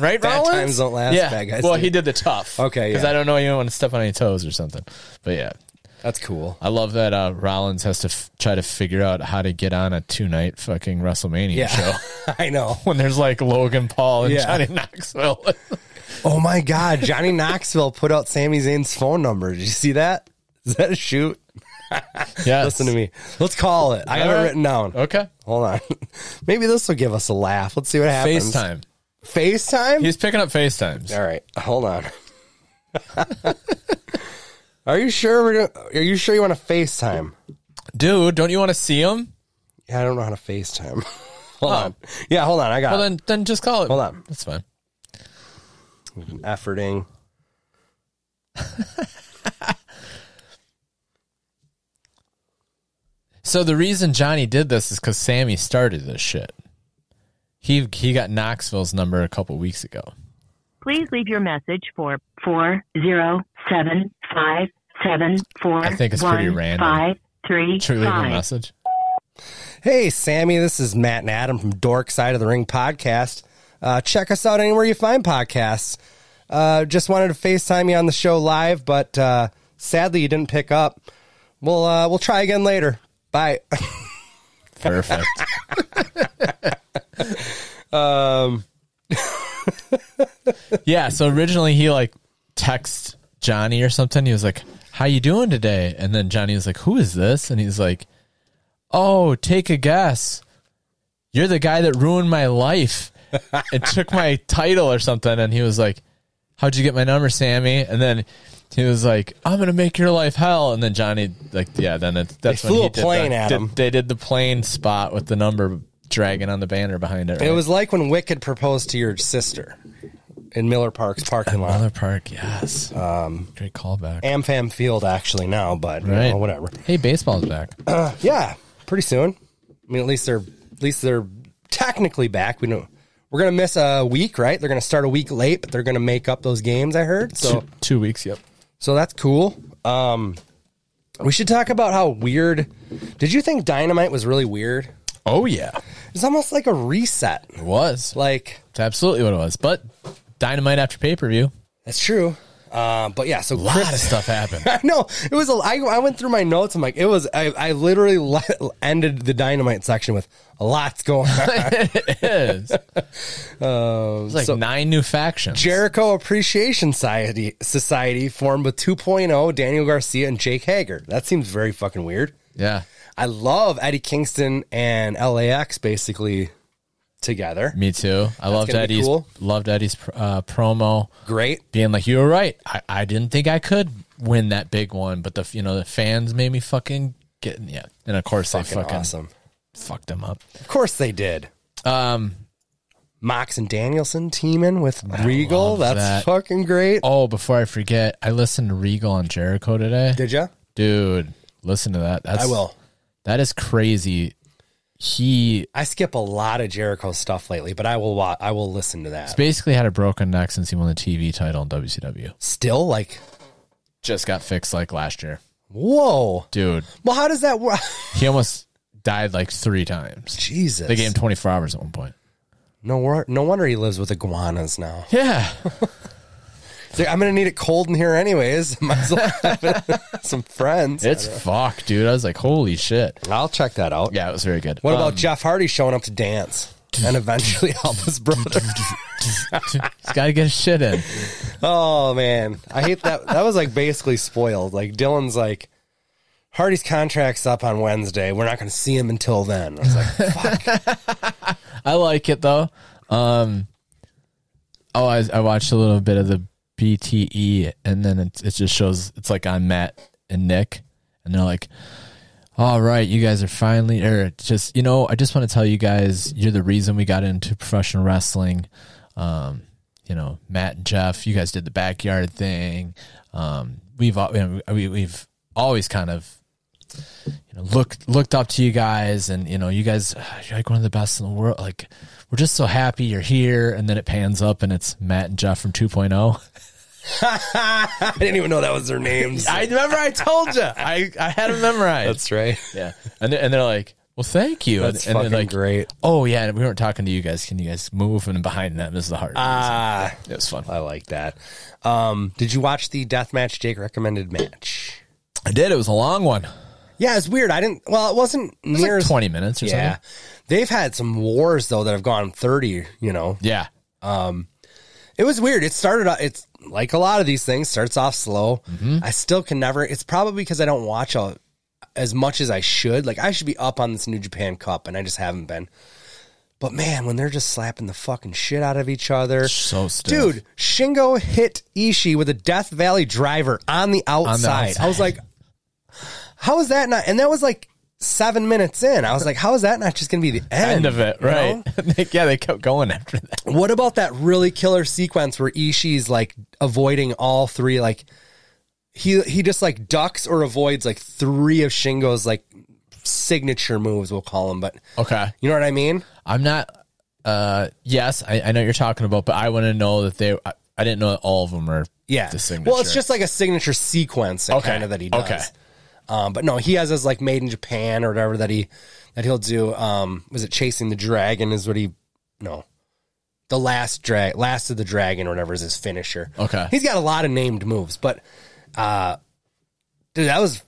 [SPEAKER 2] right
[SPEAKER 1] Bad
[SPEAKER 2] Rollins
[SPEAKER 1] times don't last,
[SPEAKER 2] yeah
[SPEAKER 1] bad guys
[SPEAKER 2] well
[SPEAKER 1] do.
[SPEAKER 2] he did the tough
[SPEAKER 1] Okay,
[SPEAKER 2] because
[SPEAKER 1] yeah.
[SPEAKER 2] I don't know you don't want to step on any toes or something but yeah
[SPEAKER 1] that's cool.
[SPEAKER 2] I love that uh, Rollins has to f- try to figure out how to get on a two night fucking WrestleMania
[SPEAKER 1] Yeah,
[SPEAKER 2] show
[SPEAKER 1] I know.
[SPEAKER 2] when there's like Logan Paul and
[SPEAKER 1] Yeah.
[SPEAKER 2] Johnny Knoxville
[SPEAKER 1] Oh my God, Johnny Knoxville put out Sami Zayn's phone number. Did you see that? Is that a shoot?
[SPEAKER 2] Yes.
[SPEAKER 1] Listen to me. Let's call it. I
[SPEAKER 2] All
[SPEAKER 1] have it
[SPEAKER 2] right.
[SPEAKER 1] written down.
[SPEAKER 2] Okay.
[SPEAKER 1] Hold on. Maybe this will give us a laugh. Let's see what happens.
[SPEAKER 2] FaceTime.
[SPEAKER 1] FaceTime?
[SPEAKER 2] He's picking up FaceTimes.
[SPEAKER 1] All right. Hold on. are you sure we're gonna, are you sure you want to FaceTime?
[SPEAKER 2] Dude, don't you want to see him?
[SPEAKER 1] Yeah, I don't know how to FaceTime.
[SPEAKER 2] Hold
[SPEAKER 1] on. yeah, hold on. I got
[SPEAKER 2] Oh. Well, then, then just call it.
[SPEAKER 1] Hold on.
[SPEAKER 2] That's fine.
[SPEAKER 1] efforting.
[SPEAKER 2] So the reason Johnny did this is because Sammy started this shit. He he got Knoxville's number a couple weeks ago.
[SPEAKER 6] Please leave your message for four zero seven five seven four.
[SPEAKER 2] I think it's pretty
[SPEAKER 6] one
[SPEAKER 2] random.
[SPEAKER 6] five three
[SPEAKER 2] Should we leave him a
[SPEAKER 6] five.
[SPEAKER 2] message?
[SPEAKER 1] Hey, Sammy, this is Matt and Adam from Dork Side of the Ring podcast. Uh, check us out anywhere you find podcasts. Uh, just wanted to FaceTime you on the show live, but uh, sadly you didn't pick up. We'll uh, we'll try again later. Bye.
[SPEAKER 2] Perfect. um. yeah. So originally he like text Johnny or something. He was like, "How you doing today?" And then Johnny was like, "Who is this?" And he's like, "Oh, take a guess. You're the guy that ruined my life and took my title or something." And he was like, "How'd you get my number, Sammy?" And then. He was like, "I'm gonna make your life hell," and then Johnny, like, yeah, then it, that's
[SPEAKER 1] They
[SPEAKER 2] when
[SPEAKER 1] flew
[SPEAKER 2] he
[SPEAKER 1] a
[SPEAKER 2] did
[SPEAKER 1] plane
[SPEAKER 2] the,
[SPEAKER 1] at
[SPEAKER 2] did-
[SPEAKER 1] him.
[SPEAKER 2] they did the plane spot with the number dragging on the banner behind it.
[SPEAKER 1] It
[SPEAKER 2] right?
[SPEAKER 1] was like when Wicked proposed to your sister in Miller Park's parking lot.
[SPEAKER 2] Mother Park, yes. Um, Great callback.
[SPEAKER 1] AmFam Field, actually, now, but you
[SPEAKER 2] right.
[SPEAKER 1] know, whatever.
[SPEAKER 2] Hey, baseball's back.
[SPEAKER 1] Yeah, pretty soon. I mean, at least they're at least they're technically back. We know we're gonna miss a week, right? They're gonna start a week late, but they're gonna make up those games. I heard so.
[SPEAKER 2] two, two weeks. Yep.
[SPEAKER 1] So that's cool. Um, we should talk about how weird. Did you think Dynamite was really weird?
[SPEAKER 2] Oh yeah,
[SPEAKER 1] It's almost like a reset.
[SPEAKER 2] it was.
[SPEAKER 1] Like
[SPEAKER 2] It's absolutely what it was. But dynamite after pay per view,
[SPEAKER 1] that's true. Uh, but yeah, so
[SPEAKER 2] a lot of
[SPEAKER 1] Chris,
[SPEAKER 2] stuff happened.
[SPEAKER 1] no, it was. A, I, I went through my notes. I'm like, it was. I, I literally le- ended the Dynamite section with a lot's going on.
[SPEAKER 2] it is. it was like
[SPEAKER 1] so-
[SPEAKER 2] nine new factions.
[SPEAKER 1] Jericho Appreciation Society, Society formed with 2.0 Daniel Garcia and Jake Hager. That seems very fucking weird.
[SPEAKER 2] yeah,
[SPEAKER 1] I love Eddie Kingston and LAX basically together.
[SPEAKER 2] me too. I loved
[SPEAKER 1] gonna be
[SPEAKER 2] Eddie's.
[SPEAKER 1] cool.
[SPEAKER 2] Loved Eddie's pr- uh, promo.
[SPEAKER 1] Great.
[SPEAKER 2] being like, "You were right. I, I didn't think I could win that big one, but the you know the fans made me fucking get yeah." And of course they
[SPEAKER 1] Fucking,
[SPEAKER 2] fucking
[SPEAKER 1] awesome.
[SPEAKER 2] fucked them up.
[SPEAKER 1] Of course they did.
[SPEAKER 2] Um.
[SPEAKER 1] Mox and Danielson teaming with Regal.
[SPEAKER 2] love
[SPEAKER 1] That's
[SPEAKER 2] that.
[SPEAKER 1] fucking great.
[SPEAKER 2] Oh, before I forget, I listened to Regal and Jericho today,
[SPEAKER 1] Did ya?
[SPEAKER 2] dude. Listen to that. That's,
[SPEAKER 1] I will.
[SPEAKER 2] That is crazy. He
[SPEAKER 1] I skip a lot of Jericho stuff lately, but I will. Wa- I will listen to that.
[SPEAKER 2] basically had a broken neck since he won the TV title in WCW.
[SPEAKER 1] Still, like,
[SPEAKER 2] Just got fixed like last year,
[SPEAKER 1] whoa.
[SPEAKER 2] dude.
[SPEAKER 1] Well, how does that work?
[SPEAKER 2] He almost died like three times.
[SPEAKER 1] Jesus.
[SPEAKER 2] They gave him twenty four hours at one point.
[SPEAKER 1] No, wor- no wonder he lives with iguanas now.
[SPEAKER 2] Yeah,
[SPEAKER 1] It's like, I'm gonna need it cold in here anyways. Might as well have some friends.
[SPEAKER 2] it's fuck, dude. I was like, holy shit.
[SPEAKER 1] I'll check that out.
[SPEAKER 2] Yeah, it was very good.
[SPEAKER 1] What
[SPEAKER 2] Um,
[SPEAKER 1] about Jeff Hardy showing up to dance and eventually help his brother?
[SPEAKER 2] He's got to get his shit in.
[SPEAKER 1] oh man, I hate that. That was like basically spoiled. Like Dylan's like. Hardy's contract's up on Wednesday. We're not going to see him until then. I was like,
[SPEAKER 2] I like it though. Um, oh, I, I watched a little bit of the BTE, and then it, it just shows it's like on Matt and Nick, and they're like, "All right, you guys are finally." Or it's just you know, I just want to tell you guys, you're the reason we got into professional wrestling. Um, you know, Matt and Jeff, you guys did the backyard thing. Um, we've al- you know, we, we've always kind of you know, looked looked up to you guys, and you know, you guys, you're like one of the best in the world. Like, we're just so happy you're here. And then it pans up, and it's Matt and Jeff from oh. 2.0.
[SPEAKER 1] I didn't even know that was their names.
[SPEAKER 2] I remember I told you, I I had them memorized.
[SPEAKER 1] That's right.
[SPEAKER 2] yeah, and they're, and they're like, well, thank you.
[SPEAKER 1] That's
[SPEAKER 2] and, and
[SPEAKER 1] fucking
[SPEAKER 2] they're like,
[SPEAKER 1] great.
[SPEAKER 2] Oh yeah, we weren't talking to you guys. Can you guys move? And behind them is the heart.
[SPEAKER 1] Ah,
[SPEAKER 2] it was fun.
[SPEAKER 1] I like that. Um, did you watch the death match Jake recommended match?
[SPEAKER 2] I did. It was a long one.
[SPEAKER 1] Yeah, it's weird. I didn't. Well, it wasn't
[SPEAKER 2] It was
[SPEAKER 1] near
[SPEAKER 2] like
[SPEAKER 1] as-
[SPEAKER 2] 20 minutes or
[SPEAKER 1] Yeah,
[SPEAKER 2] something.
[SPEAKER 1] they've had some wars though that have gone thirty. You know,
[SPEAKER 2] Yeah.
[SPEAKER 1] it was weird. It started. o- It's
[SPEAKER 2] Mm-hmm.
[SPEAKER 1] like a lot of these things starts off slow. I still can never. It's probably because I don't watch a. as much as I should. Like I should be up on this New Japan Cup, and I just haven't been. But man, when they're just slapping the fucking shit out of each other,
[SPEAKER 2] So stiff.
[SPEAKER 1] dude. Shingo hit Ishii with a Death Valley driver on the outside. I was
[SPEAKER 2] outside.
[SPEAKER 1] like, how is that not? And that was like seven minutes in. I was like, how is that not just going to be the end,
[SPEAKER 2] End of it,
[SPEAKER 1] you know?
[SPEAKER 2] right? They- yeah, they kept going after that.
[SPEAKER 1] What about that really killer sequence where Ishii's like avoiding all three? Like he he just like ducks or avoids like three of Shingo's like signature moves. We'll call them, but
[SPEAKER 2] Okay,
[SPEAKER 1] you know what I mean.
[SPEAKER 2] I'm not. Uh, yes, I, I know what you're talking about, but I want to know that they. I, I didn't know that all of them were.
[SPEAKER 1] Yeah.
[SPEAKER 2] the signature.
[SPEAKER 1] Well, it's just like a signature sequence
[SPEAKER 2] Okay.
[SPEAKER 1] kind of that he does.
[SPEAKER 2] Okay.
[SPEAKER 1] Um, but no, he has his like made in Japan or whatever that he that he'll do. Um, was it chasing the dragon? Is what he no. The last drag, last of the dragon, or whatever is his finisher.
[SPEAKER 2] Okay.
[SPEAKER 1] he's got a lot of named moves, but uh, dude, that was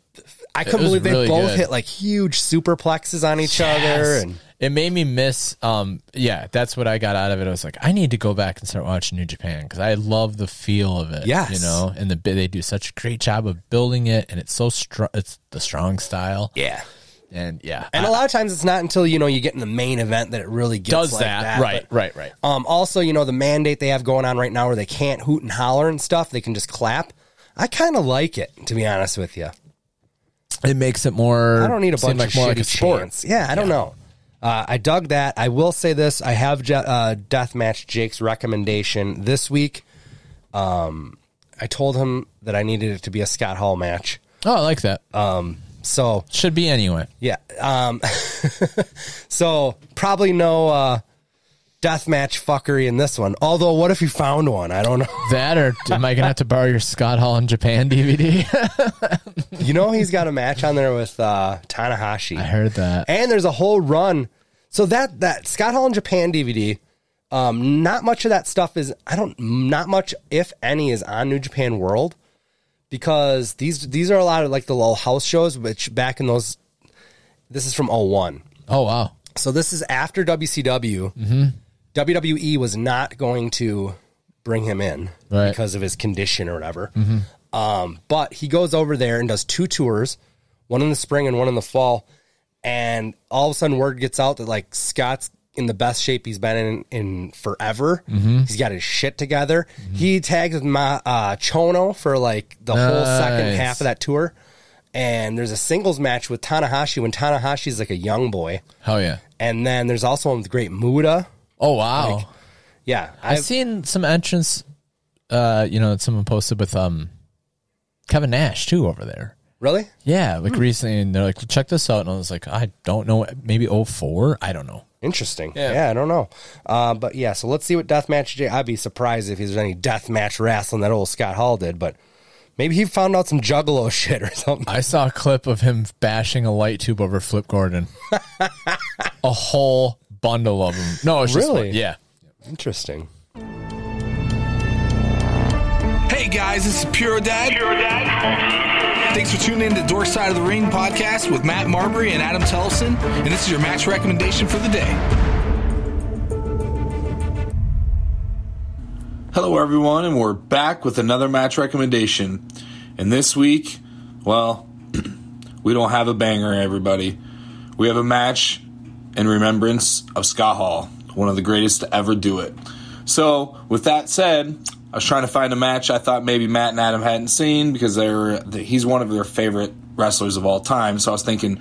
[SPEAKER 1] I couldn't
[SPEAKER 2] was
[SPEAKER 1] believe they
[SPEAKER 2] really
[SPEAKER 1] both
[SPEAKER 2] good.
[SPEAKER 1] hit like huge superplexes on each other,
[SPEAKER 2] Yes.
[SPEAKER 1] and
[SPEAKER 2] it made me miss. Um, yeah, that's what I got out of it. I was like, I need to go back and start watching New Japan because I love the feel of it.
[SPEAKER 1] Yes.
[SPEAKER 2] you know, and the they do such a great job of building it, and it's so strong. It's the strong style,
[SPEAKER 1] yeah,
[SPEAKER 2] and yeah,
[SPEAKER 1] and
[SPEAKER 2] I-
[SPEAKER 1] a lot of times it's not until you know you get in the main event that it really gets
[SPEAKER 2] does
[SPEAKER 1] like
[SPEAKER 2] that,
[SPEAKER 1] but-
[SPEAKER 2] right, right, right.
[SPEAKER 1] Um, also, you know, the mandate they have going on right now where they can't hoot and holler and stuff, they can just clap. I kind of like it, to be honest with you.
[SPEAKER 2] It makes it more.
[SPEAKER 1] I don't need a
[SPEAKER 2] seem
[SPEAKER 1] bunch of shitty chants. Yeah, I don't know. Uh, I dug that. I will say this: I have Je- uh, Deathmatch Jake's recommendation this week. Um, I told him that I needed it to be a Scott Hall match.
[SPEAKER 2] Oh, I like that.
[SPEAKER 1] Uh, So
[SPEAKER 2] Should be anyway.
[SPEAKER 1] Yeah. Um, so probably no uh, deathmatch fuckery in this one. Although, what if you found one? I don't know.
[SPEAKER 2] That or am I gonna have to borrow your Scott Hall in Japan DVD?
[SPEAKER 1] You know, he's got a match on there with uh, Tanahashi.
[SPEAKER 2] I heard that.
[SPEAKER 1] And there's a whole run. So that that Scott Hall in Japan DVD. Um, not much of that stuff is. I don't. Not much, if any, is on New Japan World because these these are a lot of like the little house shows. Which back in those, this is from 01.
[SPEAKER 2] Oh wow.
[SPEAKER 1] So this is after WCW. WWE E was not going to bring him in
[SPEAKER 2] Right.
[SPEAKER 1] because of his condition or whatever. Um, but he goes over there and does two tours, one in the spring and one in the fall. And all of a sudden, word gets out that like Scott's in the best shape he's been in in forever.
[SPEAKER 2] Mm-hmm.
[SPEAKER 1] He's got his shit together. He tags with my uh, Chono for like the whole second
[SPEAKER 2] Nice.
[SPEAKER 1] half of that tour. And there's a singles match with Tanahashi when Tanahashi's like a young boy.
[SPEAKER 2] Hell yeah.
[SPEAKER 1] And then there's also one with Great Muda.
[SPEAKER 2] Oh wow.
[SPEAKER 1] Yeah, I've,
[SPEAKER 2] I've seen some entrance uh, you know, that someone posted with um Kevin Nash too over there.
[SPEAKER 1] really.
[SPEAKER 2] Yeah,
[SPEAKER 1] Hmm.
[SPEAKER 2] like recently and they're like, check this out and I was like, I don't know maybe oh four? I don't know.
[SPEAKER 1] Interesting. Yeah. I don't know. Uh, but yeah, so let's see what deathmatch. J- I'd be surprised if there's any deathmatch wrestling that old Scott Hall did, but maybe he found out some juggalo shit or something.
[SPEAKER 2] I saw a clip of him bashing a light tube over Flip Gordon. a whole bundle of them. No, it's just
[SPEAKER 1] Really?
[SPEAKER 2] one. yeah.
[SPEAKER 1] Interesting.
[SPEAKER 7] Hey guys, this is Pure Dad. Pure Dad. Thanks for tuning in to Dork Side of the Ring podcast with Matt Marbury and Adam Tellison, and this is your match recommendation for the day.
[SPEAKER 8] Hello, everyone, and we're back with another match recommendation. And this week, well, we don't have a banger, everybody. We have a match in remembrance of Scott Hall, one of the greatest to ever do it. So, with that said, I was trying to find a match I thought maybe Matt and Adam hadn't seen because they're he's one of their favorite wrestlers of all time. So I was thinking,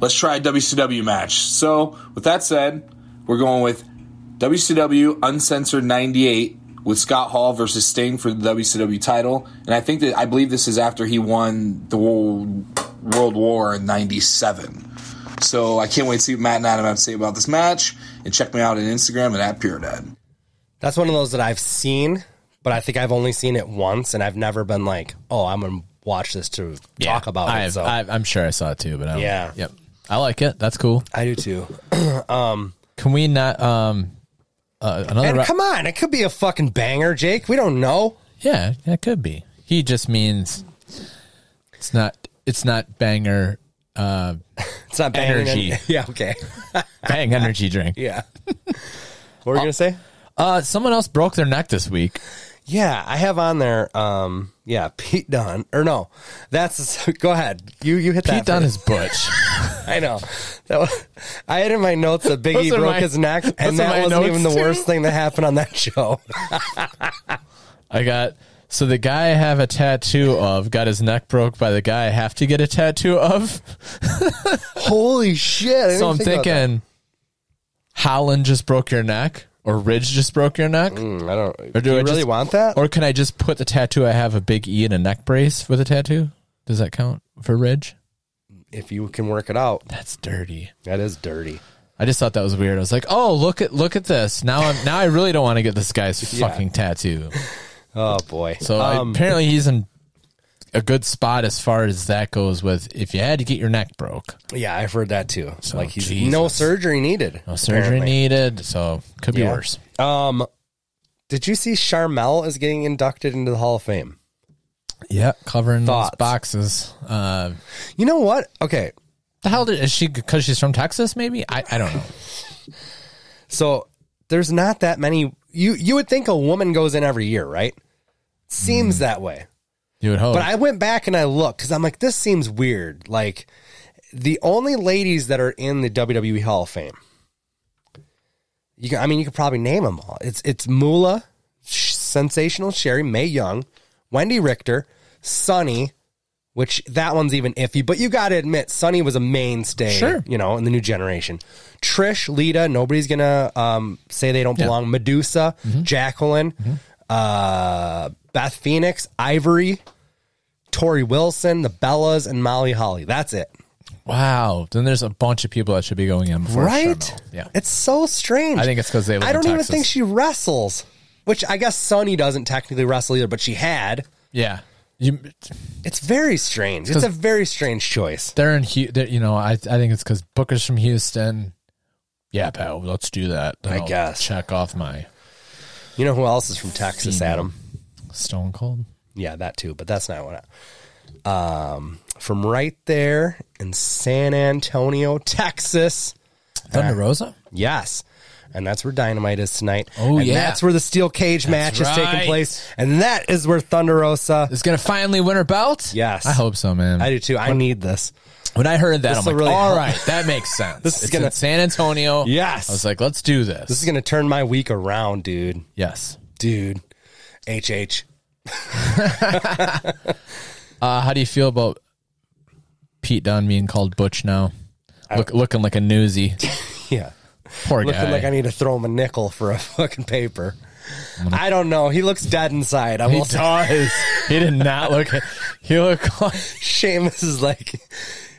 [SPEAKER 8] let's try a WCW match. So, with that said, we're going with WCW Uncensored 98 with Scott Hall versus Sting for the WCW title. And I think that I believe this is after he won the wo- World War in 97. So I can't wait to see what Matt and Adam have to say about this match. And check me out on Instagram at, at PureDad.
[SPEAKER 1] That's one of those that I've seen, but I think I've only seen it once, and I've never been like, "Oh, I'm gonna watch this to talk about
[SPEAKER 2] I
[SPEAKER 1] it."
[SPEAKER 2] have,
[SPEAKER 1] So
[SPEAKER 2] I, I'm sure I saw it too, but I don't
[SPEAKER 1] Yeah.
[SPEAKER 2] Yep. I like it. That's cool.
[SPEAKER 1] I do too.
[SPEAKER 2] Can we not? Um, uh, another.
[SPEAKER 1] And
[SPEAKER 2] ra-
[SPEAKER 1] come on, it could be a fucking banger, Jake. We don't know.
[SPEAKER 2] yeah, that could be. He just means it's not. It's not banger. Uh,
[SPEAKER 1] It's not banger
[SPEAKER 2] Energy.
[SPEAKER 1] Yeah. Okay.
[SPEAKER 2] bang energy drink.
[SPEAKER 1] Yeah. what were you gonna say?
[SPEAKER 2] Uh, someone else broke their neck this week.
[SPEAKER 1] Yeah, I have on there. Um, yeah, Pete Dunn or no, that's go ahead. You you hit that.
[SPEAKER 2] Pete Dunne
[SPEAKER 1] first.
[SPEAKER 2] is butch.
[SPEAKER 1] I know. That was, I had in my notes that Biggie
[SPEAKER 2] Those are
[SPEAKER 1] broke
[SPEAKER 2] my-
[SPEAKER 1] his neck,
[SPEAKER 2] those are
[SPEAKER 1] and that
[SPEAKER 2] my
[SPEAKER 1] wasn't
[SPEAKER 2] notes,
[SPEAKER 1] even the
[SPEAKER 2] too.
[SPEAKER 1] worst thing that happened on that show.
[SPEAKER 2] I got so the guy I have a tattoo of got his neck broke by the guy I have to get a tattoo of.
[SPEAKER 1] Holy shit! I didn't
[SPEAKER 2] So I'm
[SPEAKER 1] think about
[SPEAKER 2] thinking Holland just broke your neck or Ridge just broke your neck.
[SPEAKER 1] that. I don't.
[SPEAKER 2] Or do
[SPEAKER 1] you
[SPEAKER 2] I
[SPEAKER 1] really
[SPEAKER 2] just-
[SPEAKER 1] want that?
[SPEAKER 2] Or can I just put the tattoo I have a big E and a neck brace with a tattoo? Does that count for Ridge?
[SPEAKER 1] if you can work it out,
[SPEAKER 2] That's dirty.
[SPEAKER 1] that is dirty.
[SPEAKER 2] I just thought that was weird. I was like, "Oh, look at look at this." Now I'm now I really don't want to get this guy's fucking tattoo.
[SPEAKER 1] Oh boy.
[SPEAKER 2] So
[SPEAKER 1] Um,
[SPEAKER 2] apparently he's in a good spot as far as that goes with if you had to get your neck broke.
[SPEAKER 1] yeah, I've heard that too.
[SPEAKER 2] So,
[SPEAKER 1] like he's
[SPEAKER 2] Jesus.
[SPEAKER 1] no surgery needed.
[SPEAKER 2] No surgery
[SPEAKER 1] apparently.
[SPEAKER 2] needed, so could be
[SPEAKER 1] Yeah.
[SPEAKER 2] worse.
[SPEAKER 1] Um, did you see Charmel is getting inducted into the Hall of Fame?
[SPEAKER 2] Yeah, covering
[SPEAKER 1] Thoughts?
[SPEAKER 2] those boxes. Uh,
[SPEAKER 1] You know what? Okay,
[SPEAKER 2] the hell did, is she? Because she's from Texas, maybe. I, I don't know.
[SPEAKER 1] so there's not that many. You you would think a woman goes in every year, right? Seems that way.
[SPEAKER 2] You would hope.
[SPEAKER 1] But I went back and I looked because I'm like, this seems weird. Like the only ladies that are in the WWE Hall of Fame. You can, I mean, you could probably name them all. It's it's Moolah, Sh- Sensational Sherry, May Young, Wendy Richter, Sonny, which that one's even iffy. But you got to admit, Sonny was a mainstay,
[SPEAKER 2] Sure.
[SPEAKER 1] you know, in the new generation. Trish, Lita, nobody's gonna um, say they don't
[SPEAKER 2] Yeah. Mm-hmm.
[SPEAKER 1] belong. Medusa, Jacqueline, uh, Beth Phoenix, Ivory. Tori Wilson, the Bellas, and Molly Holly. That's it.
[SPEAKER 2] wow. Then there's a bunch of people that should be going in, before Charmel. Yeah.
[SPEAKER 1] It's so strange.
[SPEAKER 2] I think it's 'cause they live
[SPEAKER 1] I
[SPEAKER 2] in
[SPEAKER 1] don't even
[SPEAKER 2] Texas.
[SPEAKER 1] think she wrestles, which I guess Sonny doesn't technically wrestle either, but she had.
[SPEAKER 2] yeah. You,
[SPEAKER 1] It's very strange. It's a very strange choice.
[SPEAKER 2] they're in. Hu- They're, you know, I I think it's because Booker's from Houston. Yeah, pal. Let's do that.
[SPEAKER 1] I
[SPEAKER 2] I'll
[SPEAKER 1] guess.
[SPEAKER 2] check off my
[SPEAKER 1] You know who else is from Texas,
[SPEAKER 2] Female.
[SPEAKER 1] Adam?
[SPEAKER 2] Stone Cold.
[SPEAKER 1] Yeah, that too, but that's not what. I, um, from right there in San Antonio, Texas.
[SPEAKER 2] Thunder Rosa.
[SPEAKER 1] Yes. And that's where Dynamite is tonight.
[SPEAKER 2] Oh,
[SPEAKER 1] and
[SPEAKER 2] yeah.
[SPEAKER 1] That's where the steel cage match is taking
[SPEAKER 2] right.
[SPEAKER 1] place. And that is where Thunder Rosa
[SPEAKER 2] is gonna finally win her belt.
[SPEAKER 1] Yes.
[SPEAKER 2] I hope so, man.
[SPEAKER 1] I do too. I need this.
[SPEAKER 2] when I heard that,
[SPEAKER 1] This
[SPEAKER 2] I'm
[SPEAKER 1] will
[SPEAKER 2] like,
[SPEAKER 1] really
[SPEAKER 2] all
[SPEAKER 1] help."
[SPEAKER 2] right, that makes sense.
[SPEAKER 1] This is
[SPEAKER 2] it's
[SPEAKER 1] gonna-
[SPEAKER 2] in San Antonio.
[SPEAKER 1] Yes.
[SPEAKER 2] I was like, let's do this.
[SPEAKER 1] This is going to turn my week around, dude.
[SPEAKER 2] yes.
[SPEAKER 1] Dude. HH.
[SPEAKER 2] Uh, how do you feel about Pete Dunne being called Butch now? Look, looking like a newsie.
[SPEAKER 1] Yeah.
[SPEAKER 2] Poor
[SPEAKER 1] Looking
[SPEAKER 2] guy.
[SPEAKER 1] like I need to throw him a nickel for a fucking paper. I don't know. He looks dead inside. I
[SPEAKER 2] he
[SPEAKER 1] will say
[SPEAKER 2] does. he did not look. He looked like
[SPEAKER 1] Seamus is like,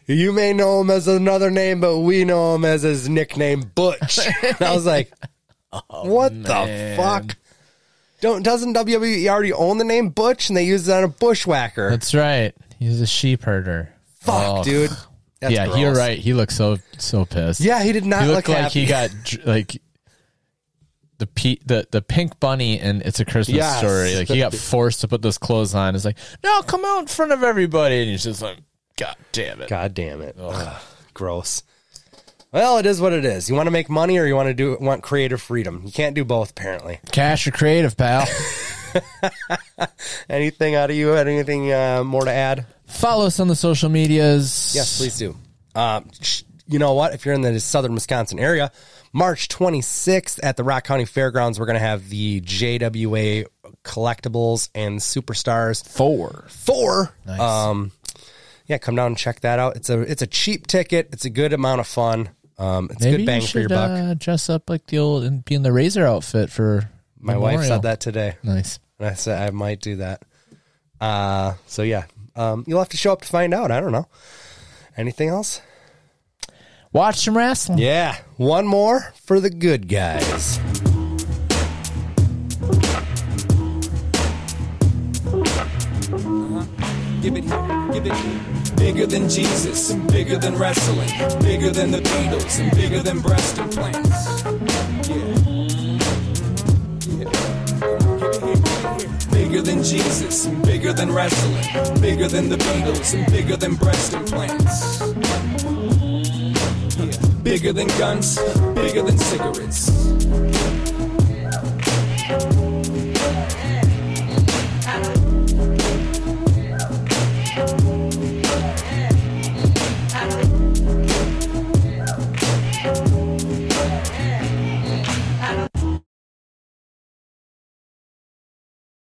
[SPEAKER 1] you may know him as another name, but we know him as his nickname, Butch. and I was like,
[SPEAKER 2] Oh,
[SPEAKER 1] what the fuck? Don't doesn't WWE already own the name Butch and they use it on a bushwhacker?
[SPEAKER 2] that's right. He's a sheep herder.
[SPEAKER 1] fuck,
[SPEAKER 2] Oh.
[SPEAKER 1] dude. That's
[SPEAKER 2] yeah, you're
[SPEAKER 1] gross.
[SPEAKER 2] right. He looked so so pissed.
[SPEAKER 1] Yeah, he did not
[SPEAKER 2] he
[SPEAKER 1] look
[SPEAKER 2] looked like he
[SPEAKER 1] happy.
[SPEAKER 2] got dr- like the pe- the the pink bunny and it's a Christmas
[SPEAKER 1] Yes.
[SPEAKER 2] story. Like he got forced to put those clothes on. It's like no, come out in front of everybody, and he's just like, God damn it.
[SPEAKER 1] God damn it. Ugh, gross. Well, it is what it is. You want to make money or you want to do want creative freedom. You can't do both apparently.
[SPEAKER 2] Cash or creative, pal.
[SPEAKER 1] Anything out of you? Anything uh, more to add?
[SPEAKER 2] Follow us on the social medias.
[SPEAKER 1] Yes, please do. Um, sh- you know what? If you're in the southern Wisconsin area, March 26th at the Rock County Fairgrounds, we're going to have the JWA collectibles and superstars
[SPEAKER 2] Four.
[SPEAKER 1] four.
[SPEAKER 2] Nice.
[SPEAKER 1] Um, yeah, come down and check that out. It's a it's a cheap ticket. It's a good amount of fun. Um, it's a
[SPEAKER 2] Maybe
[SPEAKER 1] good bang
[SPEAKER 2] you should
[SPEAKER 1] for your buck.
[SPEAKER 2] Uh, dress up like the old and be in the razor outfit for
[SPEAKER 1] My wife said that today.
[SPEAKER 2] Nice.
[SPEAKER 1] And I said I might do that. Uh, so yeah, um, you'll have to show up to find out. I don't know. Anything else?
[SPEAKER 2] Watch some wrestling.
[SPEAKER 1] Yeah, one more for the good guys.
[SPEAKER 9] Give it, give it. Bigger than Jesus and bigger than wrestling. Bigger than the Beatles and bigger than breast implants. Yeah. yeah. Bigger than Jesus and bigger than wrestling. Bigger than the Beatles and bigger than breast implants. Yeah. Bigger than guns, bigger than cigarettes.